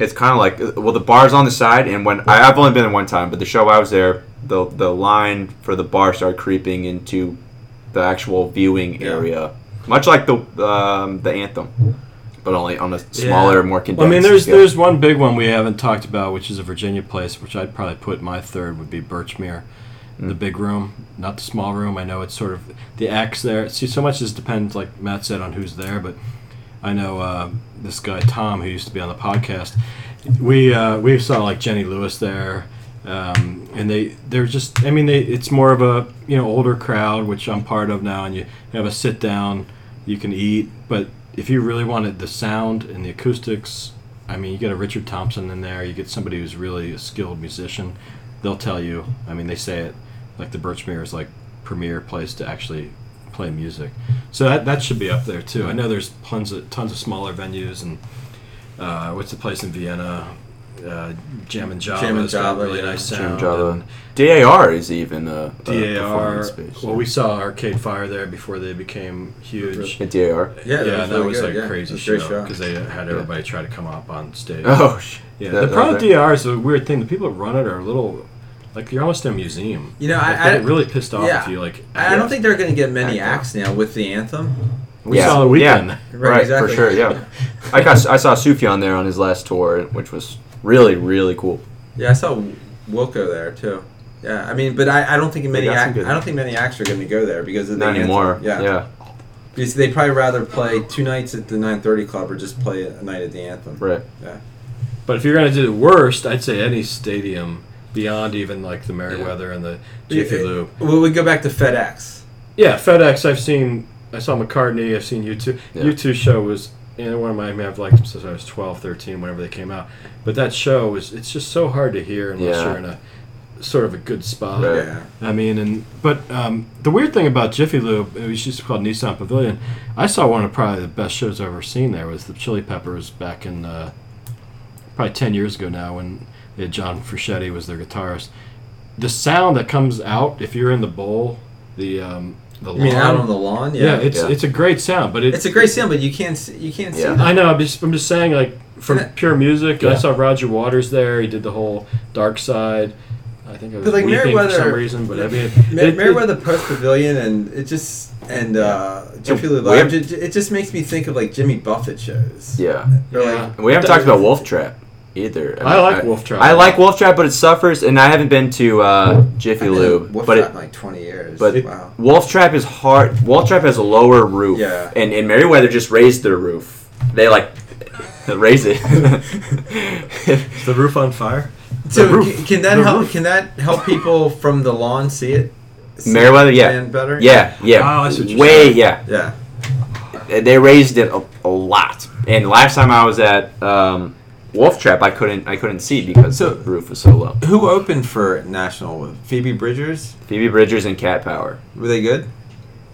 Speaker 2: It's kind of like well, the bar's on the side, and when I, I've only been in one time, but the show I was there, the the line for the bar started creeping into the actual viewing
Speaker 5: Yeah.
Speaker 2: area, much like the um, the anthem, but only on a smaller, more condensed.
Speaker 3: Well, I mean, there's
Speaker 2: scale.
Speaker 3: there's one big one we haven't talked about, which is a Virginia place, which I'd probably put my third would be Birchmere, the
Speaker 2: Mm.
Speaker 3: big room, not the small room. I know it's sort of the acts there. See, so much just depends, like Matt said, on who's there. But I know uh, this guy Tom, who used to be on the podcast. We uh, we saw like Jenny Lewis there, um, and they they're just. I mean, they it's more of a you know older crowd, which I'm part of now, and you have a sit down, you can eat, but if you really wanted the sound and the acoustics, I mean, you get a Richard Thompson in there, you get somebody who's really a skilled musician. They'll tell you. I mean, they say it like the Birchmere is like premier place to actually play music. So that, that should be up there too. I know there's tons of tons of smaller venues and uh, what's the place in Vienna? Uh, Jam and Java.
Speaker 6: Jam and
Speaker 3: has got
Speaker 6: Java,
Speaker 3: really
Speaker 6: yeah.
Speaker 3: nice
Speaker 2: Jim
Speaker 3: sound.
Speaker 2: Java. DAR is even a, a
Speaker 5: DAR.
Speaker 2: performance space.
Speaker 3: Well, we saw Arcade Fire there before they became huge.
Speaker 2: Yeah, DAR.
Speaker 6: Yeah,
Speaker 3: yeah, that was
Speaker 6: really
Speaker 3: like
Speaker 6: good, yeah.
Speaker 3: crazy
Speaker 6: It was a great
Speaker 3: show
Speaker 6: show.
Speaker 3: because they had everybody try to come up on stage.
Speaker 2: Oh, sh-
Speaker 3: Yeah,
Speaker 2: that-
Speaker 3: the
Speaker 2: that-
Speaker 3: problem
Speaker 2: that-
Speaker 3: with DR is a weird thing. The people that run it are a little like you're almost in a museum.
Speaker 1: You know,
Speaker 3: Like,
Speaker 1: I-
Speaker 3: they
Speaker 1: I-
Speaker 3: get really pissed off
Speaker 1: yeah.
Speaker 3: if you like.
Speaker 1: I don't think they're going to get many
Speaker 2: Act up.
Speaker 1: acts now with the anthem.
Speaker 3: we
Speaker 2: Yeah.
Speaker 3: saw the
Speaker 2: Yeah.
Speaker 3: weekend.
Speaker 2: Right, for sure. Yeah, I got I saw Sufjan there on his last tour, which was really really cool.
Speaker 1: Yeah, I saw Wilco there too. Yeah, I mean, but I, I don't think many
Speaker 2: got some
Speaker 1: act,
Speaker 2: good-
Speaker 1: I don't think many acts are going to go there because of the
Speaker 2: Not
Speaker 1: anthem.
Speaker 2: anymore.
Speaker 1: Yeah.
Speaker 2: yeah.
Speaker 1: because they probably rather play two nights at the 9:30 club or just play a night at the anthem.
Speaker 2: Right.
Speaker 3: But if you're gonna do the worst, I'd say any stadium beyond even like the Merriweather and the Jiffy
Speaker 1: Yeah.
Speaker 3: Lube.
Speaker 1: Well, we go back to FedEx.
Speaker 3: Yeah, FedEx. I've seen. I saw McCartney. I've seen U2.
Speaker 2: Yeah.
Speaker 3: U2 show was. And one of my, I mean, I've liked them since I was 12, 13, whenever they came out. But that show was, it's just so hard to hear unless
Speaker 2: Yeah.
Speaker 3: you're in a sort of a good spot.
Speaker 2: Right.
Speaker 1: Yeah.
Speaker 3: I mean, and but um, the weird thing about Jiffy Lube, it was just called Nissan Pavilion. I saw one of probably the best shows I've ever seen. There was the Chili Peppers back in uh, probably ten years ago now, when they had John Frusciante was their guitarist. The sound that comes out if you're in the bowl, the um, the
Speaker 1: I mean, out on
Speaker 3: lawn-
Speaker 1: the lawn.
Speaker 3: yeah,
Speaker 1: Yeah.
Speaker 3: it's
Speaker 2: Yeah.
Speaker 3: it's a great sound, but it,
Speaker 1: it's a great sound, but you can't see, you can't see
Speaker 2: Yeah.
Speaker 1: that.
Speaker 3: I know. I'm just, I'm just saying, like from
Speaker 1: [LAUGHS]
Speaker 3: pure music. I
Speaker 2: Yeah.
Speaker 3: saw Roger Waters there. He did the whole Dark Side. I think I was
Speaker 1: But, like,
Speaker 3: weeping for
Speaker 1: Merriweather-
Speaker 3: some reason, but I
Speaker 1: [LAUGHS]
Speaker 3: mean,
Speaker 1: Ma-
Speaker 3: it- it-
Speaker 1: Meriwether Post Pavilion and it just and uh, Jiffy
Speaker 2: Yeah,
Speaker 1: Lube
Speaker 2: we
Speaker 1: Live,
Speaker 2: have-
Speaker 1: ju- ju- it just makes me think of like Jimmy Buffett shows.
Speaker 2: Yeah.
Speaker 1: Or, like,
Speaker 3: Yeah.
Speaker 2: And we haven't talked about Wolf Trap either.
Speaker 3: I like Wolf Trap.
Speaker 2: I like Wolf Trap, but it suffers, and I haven't been to uh, Jiffy
Speaker 1: I've been
Speaker 2: Lube,
Speaker 1: in Wolf
Speaker 2: but
Speaker 1: Trap
Speaker 2: it,
Speaker 1: in, like 20 years.
Speaker 2: but-
Speaker 1: wow.
Speaker 2: Wolf Trap is hard. Wolf Trap has a lower roof,
Speaker 1: Yeah.
Speaker 2: and and Merriweather just raised their roof. They like [LAUGHS] raise
Speaker 1: [LAUGHS]
Speaker 2: it. [LAUGHS]
Speaker 3: Is the roof on fire?
Speaker 1: So
Speaker 2: roof.
Speaker 1: can, can that
Speaker 3: The
Speaker 1: help?
Speaker 3: roof.
Speaker 1: Can that help people from the lawn see it? See
Speaker 2: Merriweather,
Speaker 1: the
Speaker 2: yeah.
Speaker 1: band better.
Speaker 2: yeah, yeah,
Speaker 3: Oh, that's what you're
Speaker 2: way,
Speaker 3: saying.
Speaker 2: yeah.
Speaker 1: yeah.
Speaker 2: They raised it a, a lot. And last time I was at um, Wolf Trap, I couldn't I couldn't see because
Speaker 1: So-
Speaker 2: the roof was so low.
Speaker 1: Who opened for National? Phoebe Bridgers.
Speaker 2: Phoebe Bridgers and Cat Power.
Speaker 1: Were they good?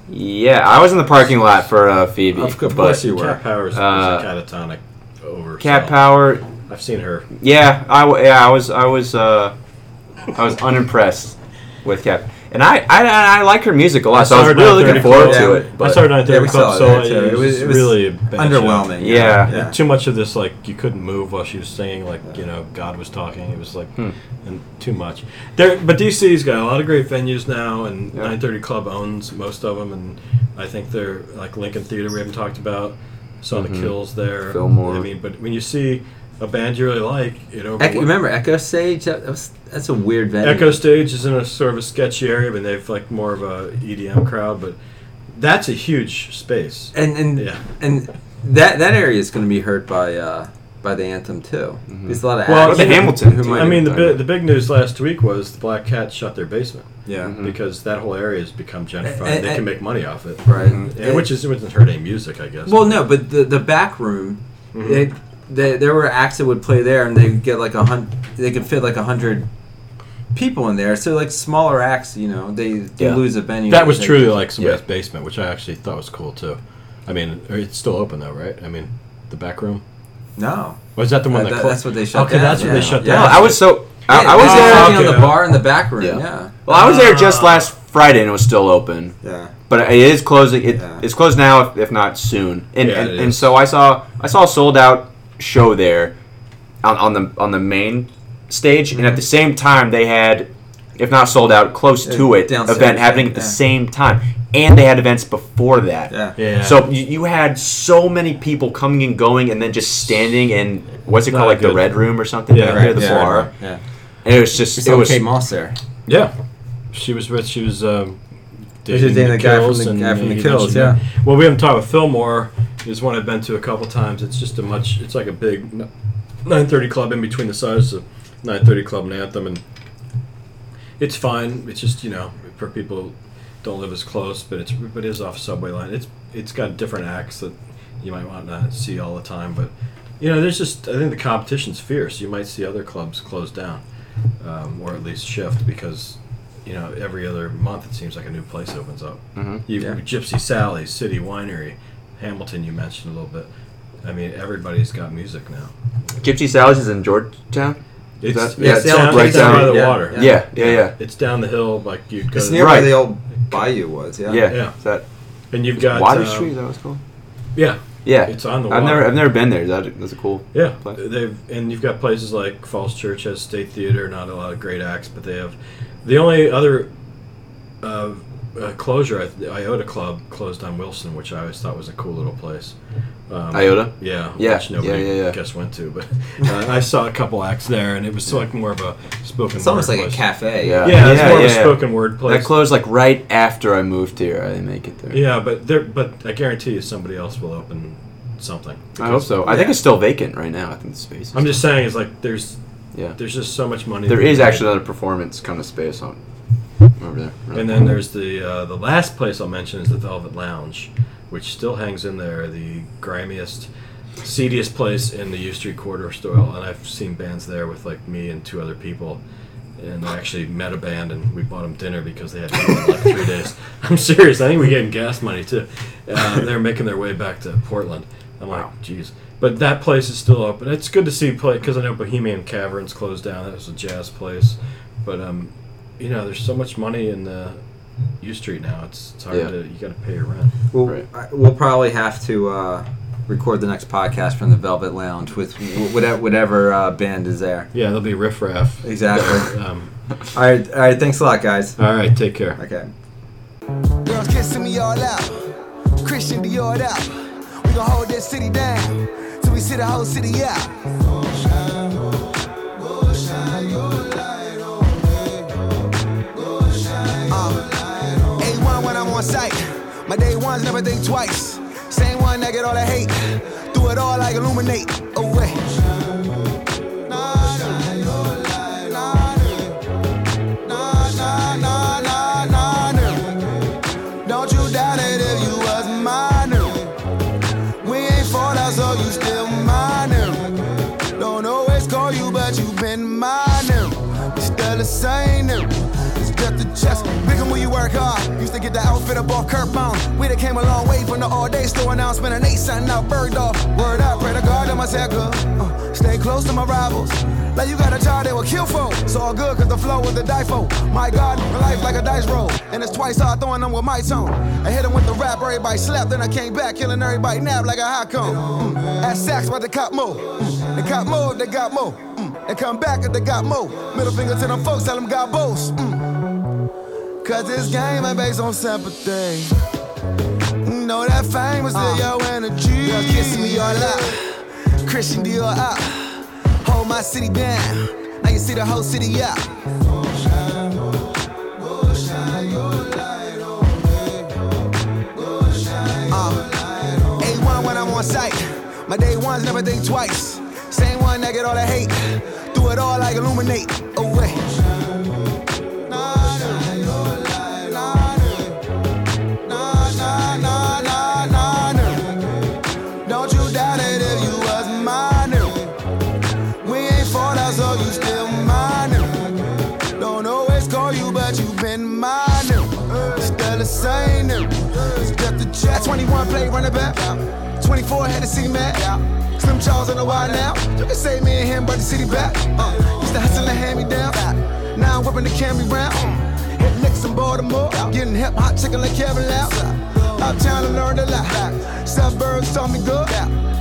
Speaker 2: Yeah, I was in the parking lot for uh, Phoebe.
Speaker 1: Of course
Speaker 2: but
Speaker 1: you were.
Speaker 3: Cat Power is
Speaker 2: Uh,
Speaker 3: a catatonic over.
Speaker 2: Cat Power.
Speaker 3: I've seen her.
Speaker 2: Yeah, I w- yeah I was I was uh, I was unimpressed with Cat, and I I, I like her music a lot, so I was
Speaker 3: Sorry,
Speaker 2: really looking
Speaker 3: 9:30
Speaker 2: forward
Speaker 1: Club.
Speaker 2: to
Speaker 1: Yeah,
Speaker 2: it.
Speaker 3: I
Speaker 2: But
Speaker 3: started on
Speaker 1: Yeah,
Speaker 3: yeah,
Speaker 1: we
Speaker 3: Club
Speaker 1: saw it
Speaker 3: Solo.
Speaker 1: there, too.
Speaker 3: It,
Speaker 1: It was-
Speaker 3: was
Speaker 1: it was
Speaker 3: really a bad show.
Speaker 1: Underwhelming.
Speaker 2: Yeah.
Speaker 1: yeah.
Speaker 3: Too much of this, like you couldn't move while she was singing, like you know God was talking. It was like, and too much. There, but DC's got a lot of great venues now, and 930 Club owns most of them, and I think they're like Lincoln Theater we haven't talked about. Saw the Kills there.
Speaker 2: Fillmore.
Speaker 3: I mean, but when you see a band you really like, it over.
Speaker 1: Echo, remember Echo Stage? That, that was, that's a weird venue.
Speaker 3: Echo Stage is in a sort of a sketchy area, but they've like more of a EDM crowd. But that's a huge space.
Speaker 1: and and
Speaker 3: Yeah.
Speaker 1: and that that area is going to be hurt by uh, by the anthem too.
Speaker 2: Mm-hmm.
Speaker 1: There's a lot of
Speaker 3: Well,
Speaker 1: acts
Speaker 3: the
Speaker 1: who-
Speaker 2: Hamilton,
Speaker 1: who
Speaker 2: too.
Speaker 1: might
Speaker 3: I mean, the
Speaker 1: have done
Speaker 3: bi- the big news last week was the Black Cat shut their basement
Speaker 1: it. yeah,
Speaker 3: because that whole area has become gentrified.
Speaker 1: Eh, eh,
Speaker 3: they
Speaker 1: eh.
Speaker 3: can make money off it,
Speaker 1: right.
Speaker 3: Yeah, which is it doesn't hurt any music, I guess.
Speaker 1: well, no, but the the back room,
Speaker 2: Mm-hmm.
Speaker 1: they, they, there were acts that would play there, and they could get like a hundred. They could fit like a hundred people in there, so like smaller acts, you know, they, they
Speaker 2: Yeah.
Speaker 1: lose a venue.
Speaker 3: That was
Speaker 1: They-
Speaker 3: truly like somebody's
Speaker 2: Yeah.
Speaker 3: basement, which I actually thought was cool too. I mean, it's still open though, right? I mean, the back room.
Speaker 1: no.
Speaker 3: Was that the one
Speaker 1: Uh,
Speaker 3: that?
Speaker 1: that-
Speaker 3: clo-
Speaker 1: that's what they shut
Speaker 3: Okay,
Speaker 1: down,
Speaker 3: that's what
Speaker 1: yeah.
Speaker 3: they shut
Speaker 1: Yeah.
Speaker 3: down.
Speaker 2: No, I was so. I,
Speaker 1: Yeah, Ah.
Speaker 2: I was
Speaker 1: they
Speaker 2: there.
Speaker 1: were
Speaker 3: Oh,
Speaker 1: sitting on
Speaker 3: okay.
Speaker 1: the bar in the back room.
Speaker 2: Yeah.
Speaker 1: Yeah,
Speaker 2: Well, I was there just last Friday and it was still open,
Speaker 1: yeah.
Speaker 2: but it is closing. It,
Speaker 1: Yeah.
Speaker 2: It's closed now, if, if not soon. And
Speaker 3: Yeah,
Speaker 2: and,
Speaker 3: it
Speaker 2: and
Speaker 3: is.
Speaker 2: so I saw I saw a sold out show there on, on the on the main stage, and at the same time they had, if not sold out, close
Speaker 1: Yeah,
Speaker 2: to it
Speaker 1: downstairs,
Speaker 2: event happening at the
Speaker 1: yeah.
Speaker 2: same time, and they had events before that.
Speaker 1: Yeah.
Speaker 3: Yeah.
Speaker 2: So you, you had so many people coming and going, and then just standing in what's it
Speaker 3: Not
Speaker 2: called, like the
Speaker 3: good.
Speaker 2: red room or something,
Speaker 3: Yeah,
Speaker 2: back
Speaker 3: right,
Speaker 2: there, the
Speaker 1: yeah,
Speaker 2: bar.
Speaker 1: right, Yeah,
Speaker 2: And it was just
Speaker 1: It's
Speaker 2: it
Speaker 1: on
Speaker 2: was
Speaker 1: Kate Moss there.
Speaker 3: Yeah, she was with. She was um,
Speaker 1: was dating the guy from the-
Speaker 3: and
Speaker 1: guy from The
Speaker 3: he
Speaker 1: Kills,
Speaker 3: mentioned
Speaker 1: yeah.
Speaker 3: that. Well, we haven't talked about Fillmore. Is one I've been to a couple times. It's just a much. It's like a big nine thirty club in between the size of nine thirty club and Anthem, and it's fine. It's just you know for people who don't live as close, but it's but it is off subway line. It's it's got different acts that you might want to see all the time, but you know there's just I think the competition's fierce. You might see other clubs close down, um, or at least shift because you know every other month it seems like a new place opens up.
Speaker 2: Mhm.
Speaker 3: You
Speaker 1: Yeah.
Speaker 3: Gypsy Sally's, City Winery, Hamilton. You mentioned a little bit. I mean everybody's got music now.
Speaker 2: Gypsy Sally's is in Georgetown.
Speaker 3: It's,
Speaker 2: that-
Speaker 3: yeah,
Speaker 2: yeah,
Speaker 3: it's
Speaker 2: it's
Speaker 3: down,
Speaker 2: right
Speaker 3: it's down by
Speaker 2: down-
Speaker 3: the
Speaker 1: yeah,
Speaker 3: water.
Speaker 1: yeah.
Speaker 2: Yeah, yeah, yeah.
Speaker 3: It's down the hill, like you'd go.
Speaker 1: It's
Speaker 3: to-
Speaker 1: near
Speaker 2: Right.
Speaker 1: where the old bayou was. Yeah,
Speaker 2: Yeah.
Speaker 3: Yeah.
Speaker 2: Is that
Speaker 3: and you've got
Speaker 2: Water
Speaker 3: um,
Speaker 2: Street? Is that was called?
Speaker 3: Yeah,
Speaker 2: uh, Yeah.
Speaker 3: it's on the water.
Speaker 2: I've never, I've never been there. Is That, that's a cool.
Speaker 3: Yeah,
Speaker 2: Place.
Speaker 3: they've and you've got places like Falls Church has State Theater, not a lot of great acts, but they have. The only other uh, uh, closure, I- the Iota Club closed on Wilson, which I always thought was a cool little place. Um,
Speaker 2: Iota.
Speaker 3: Yeah,
Speaker 2: Yeah,
Speaker 3: which nobody
Speaker 2: yeah, yeah, yeah.
Speaker 3: I guess went to, but uh, I saw a couple acts there, and it was like more of a spoken.
Speaker 1: it's almost
Speaker 3: word
Speaker 1: like a
Speaker 3: place.
Speaker 1: cafe.
Speaker 2: Yeah.
Speaker 3: Yeah, it's more of a
Speaker 2: yeah.
Speaker 3: spoken word place.
Speaker 2: That closed like right after I moved here. I didn't make it there.
Speaker 3: Yeah, but there, but I guarantee you somebody else will open something.
Speaker 2: I hope so. I think
Speaker 1: Yeah.
Speaker 2: it's still vacant right now. I think the space. Is
Speaker 3: I'm just saying, it's like there's
Speaker 2: Yeah.
Speaker 3: there's just so much money.
Speaker 2: There
Speaker 3: to be
Speaker 2: is
Speaker 3: made.
Speaker 2: actually another performance kind of space on over there.
Speaker 3: And then there's the uh, the last place I'll mention is the Velvet Lounge, which still hangs in there, the grimiest, seediest place in the U Street quarter of Doyle. And I've seen bands there with like me and two other people. And I actually met a band and we bought them dinner because they had to go in like three days. I'm serious. I think we gave them gas money too. Uh, they're making their way back to Portland. I'm
Speaker 2: Wow.
Speaker 3: like, geez. But that place is still open. It's good to see play because I know Bohemian Caverns closed down. That was a jazz place. But um, you know, there's so much money in the U Street now. It's, it's hard
Speaker 2: Yeah.
Speaker 3: to you got to pay your rent.
Speaker 1: We'll,
Speaker 2: Right.
Speaker 1: I- we'll probably have to uh, record the next podcast from the Velvet Lounge with wh- whatever, whatever uh, band is there.
Speaker 3: Yeah, there'll be riffraff.
Speaker 1: Exactly.
Speaker 3: Um,
Speaker 1: all right, all right. Thanks a lot, guys.
Speaker 3: all right, take care.
Speaker 1: Okay.
Speaker 7: Girls kissing me all out. Christian Dior it out. We gon' hold this city down till we see the whole city out. Uh, A1 when I'm on site. My day ones never think twice. Same one that get all the hate. Do it all like illuminate. Oh wait. Don't you doubt it if you was minor. We ain't fall out, so you still minor. Don't always call you, but you been minor. You still the same. new. It's just the chest. Big 'em when you work hard. Used to get the outfit up off Kurt Bone. We done came a long way from the all day store. and Now I'm spending eight something out bird off. Word up, pray to God that my set good. Uh, stay close to my rivals. Like you got a child they will kill for. It's all good cause the flow is the difo. My God, my life like a dice roll. And it's twice hard throwing them with my tone. I hit 'em with the rap, everybody slept. Then I came back, killing everybody nap like a hot cone. Mm. At Saks, but they cop more. Mm. They cop more, they got more. Mm. And come back if they got more. Middle finger to them folks, tell them got bows. Mm. Cause this game ain't based on sympathy. Know that fame is in your energy. Girls kissing me all up. Christian Dior up. Hold my city down. Now you see the whole city up. Uh, A1 when I'm on site. My day ones never think twice. Same one that get all the hate. Do it all like illuminate. Oh wait. Don't you doubt it if you was minor. We ain't fall out, so you still minor. Don't know in the back. 24 had to see Matt. Slim Charles on the wide now. You can say me and him, but the city back. Uh, used to hustle and hand me down. Now I'm whipping the Camry round. Hit Nicks in Baltimore. Getting hip hot chicken like Kevin Loud. Uptown, I learned a lot. Suburbs taught me good.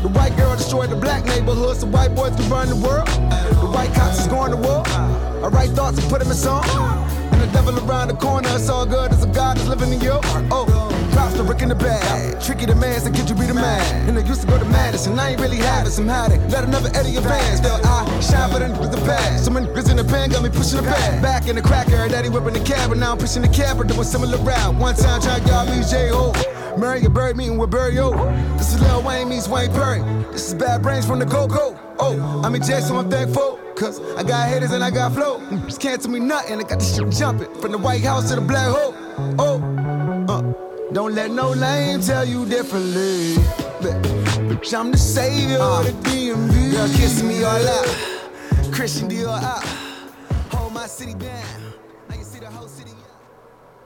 Speaker 7: The white girl destroyed the black neighborhoods. The white boys can run the world. The white cops is going to war. I write thoughts and put them in song. And the devil around the corner, it's all good as a God is living in your heart. Oh, drops the rick in the bag. Tricky the man, so get you be the man. And I used to go to Madison, I ain't really had it, some had it. Let another Eddie advance. Still, I shine for the niggas the past. So many niggas in the pen got me pushing the pad. Back in the cracker, daddy whipping the cab, but now I'm pushing the cab, but doing similar route. One time, try y'all me J.O. Mary, a bird meeting with Burial. This is Lil Wayne meets Wayne Perry. This is Bad Brains from the Go-Go. Oh, I'm in jail, so I'm thankful. Cause I got haters and I got flow. Just can't tell me nothing. I got this shit jumping from the White House to the Black Hole. Oh, uh, don't let no lame tell you differently. Bitch, I'm the savior of the DMV. Uh. Girl, kiss me all uh. up. Christian Dior up. Hold my city down. I can see the whole city.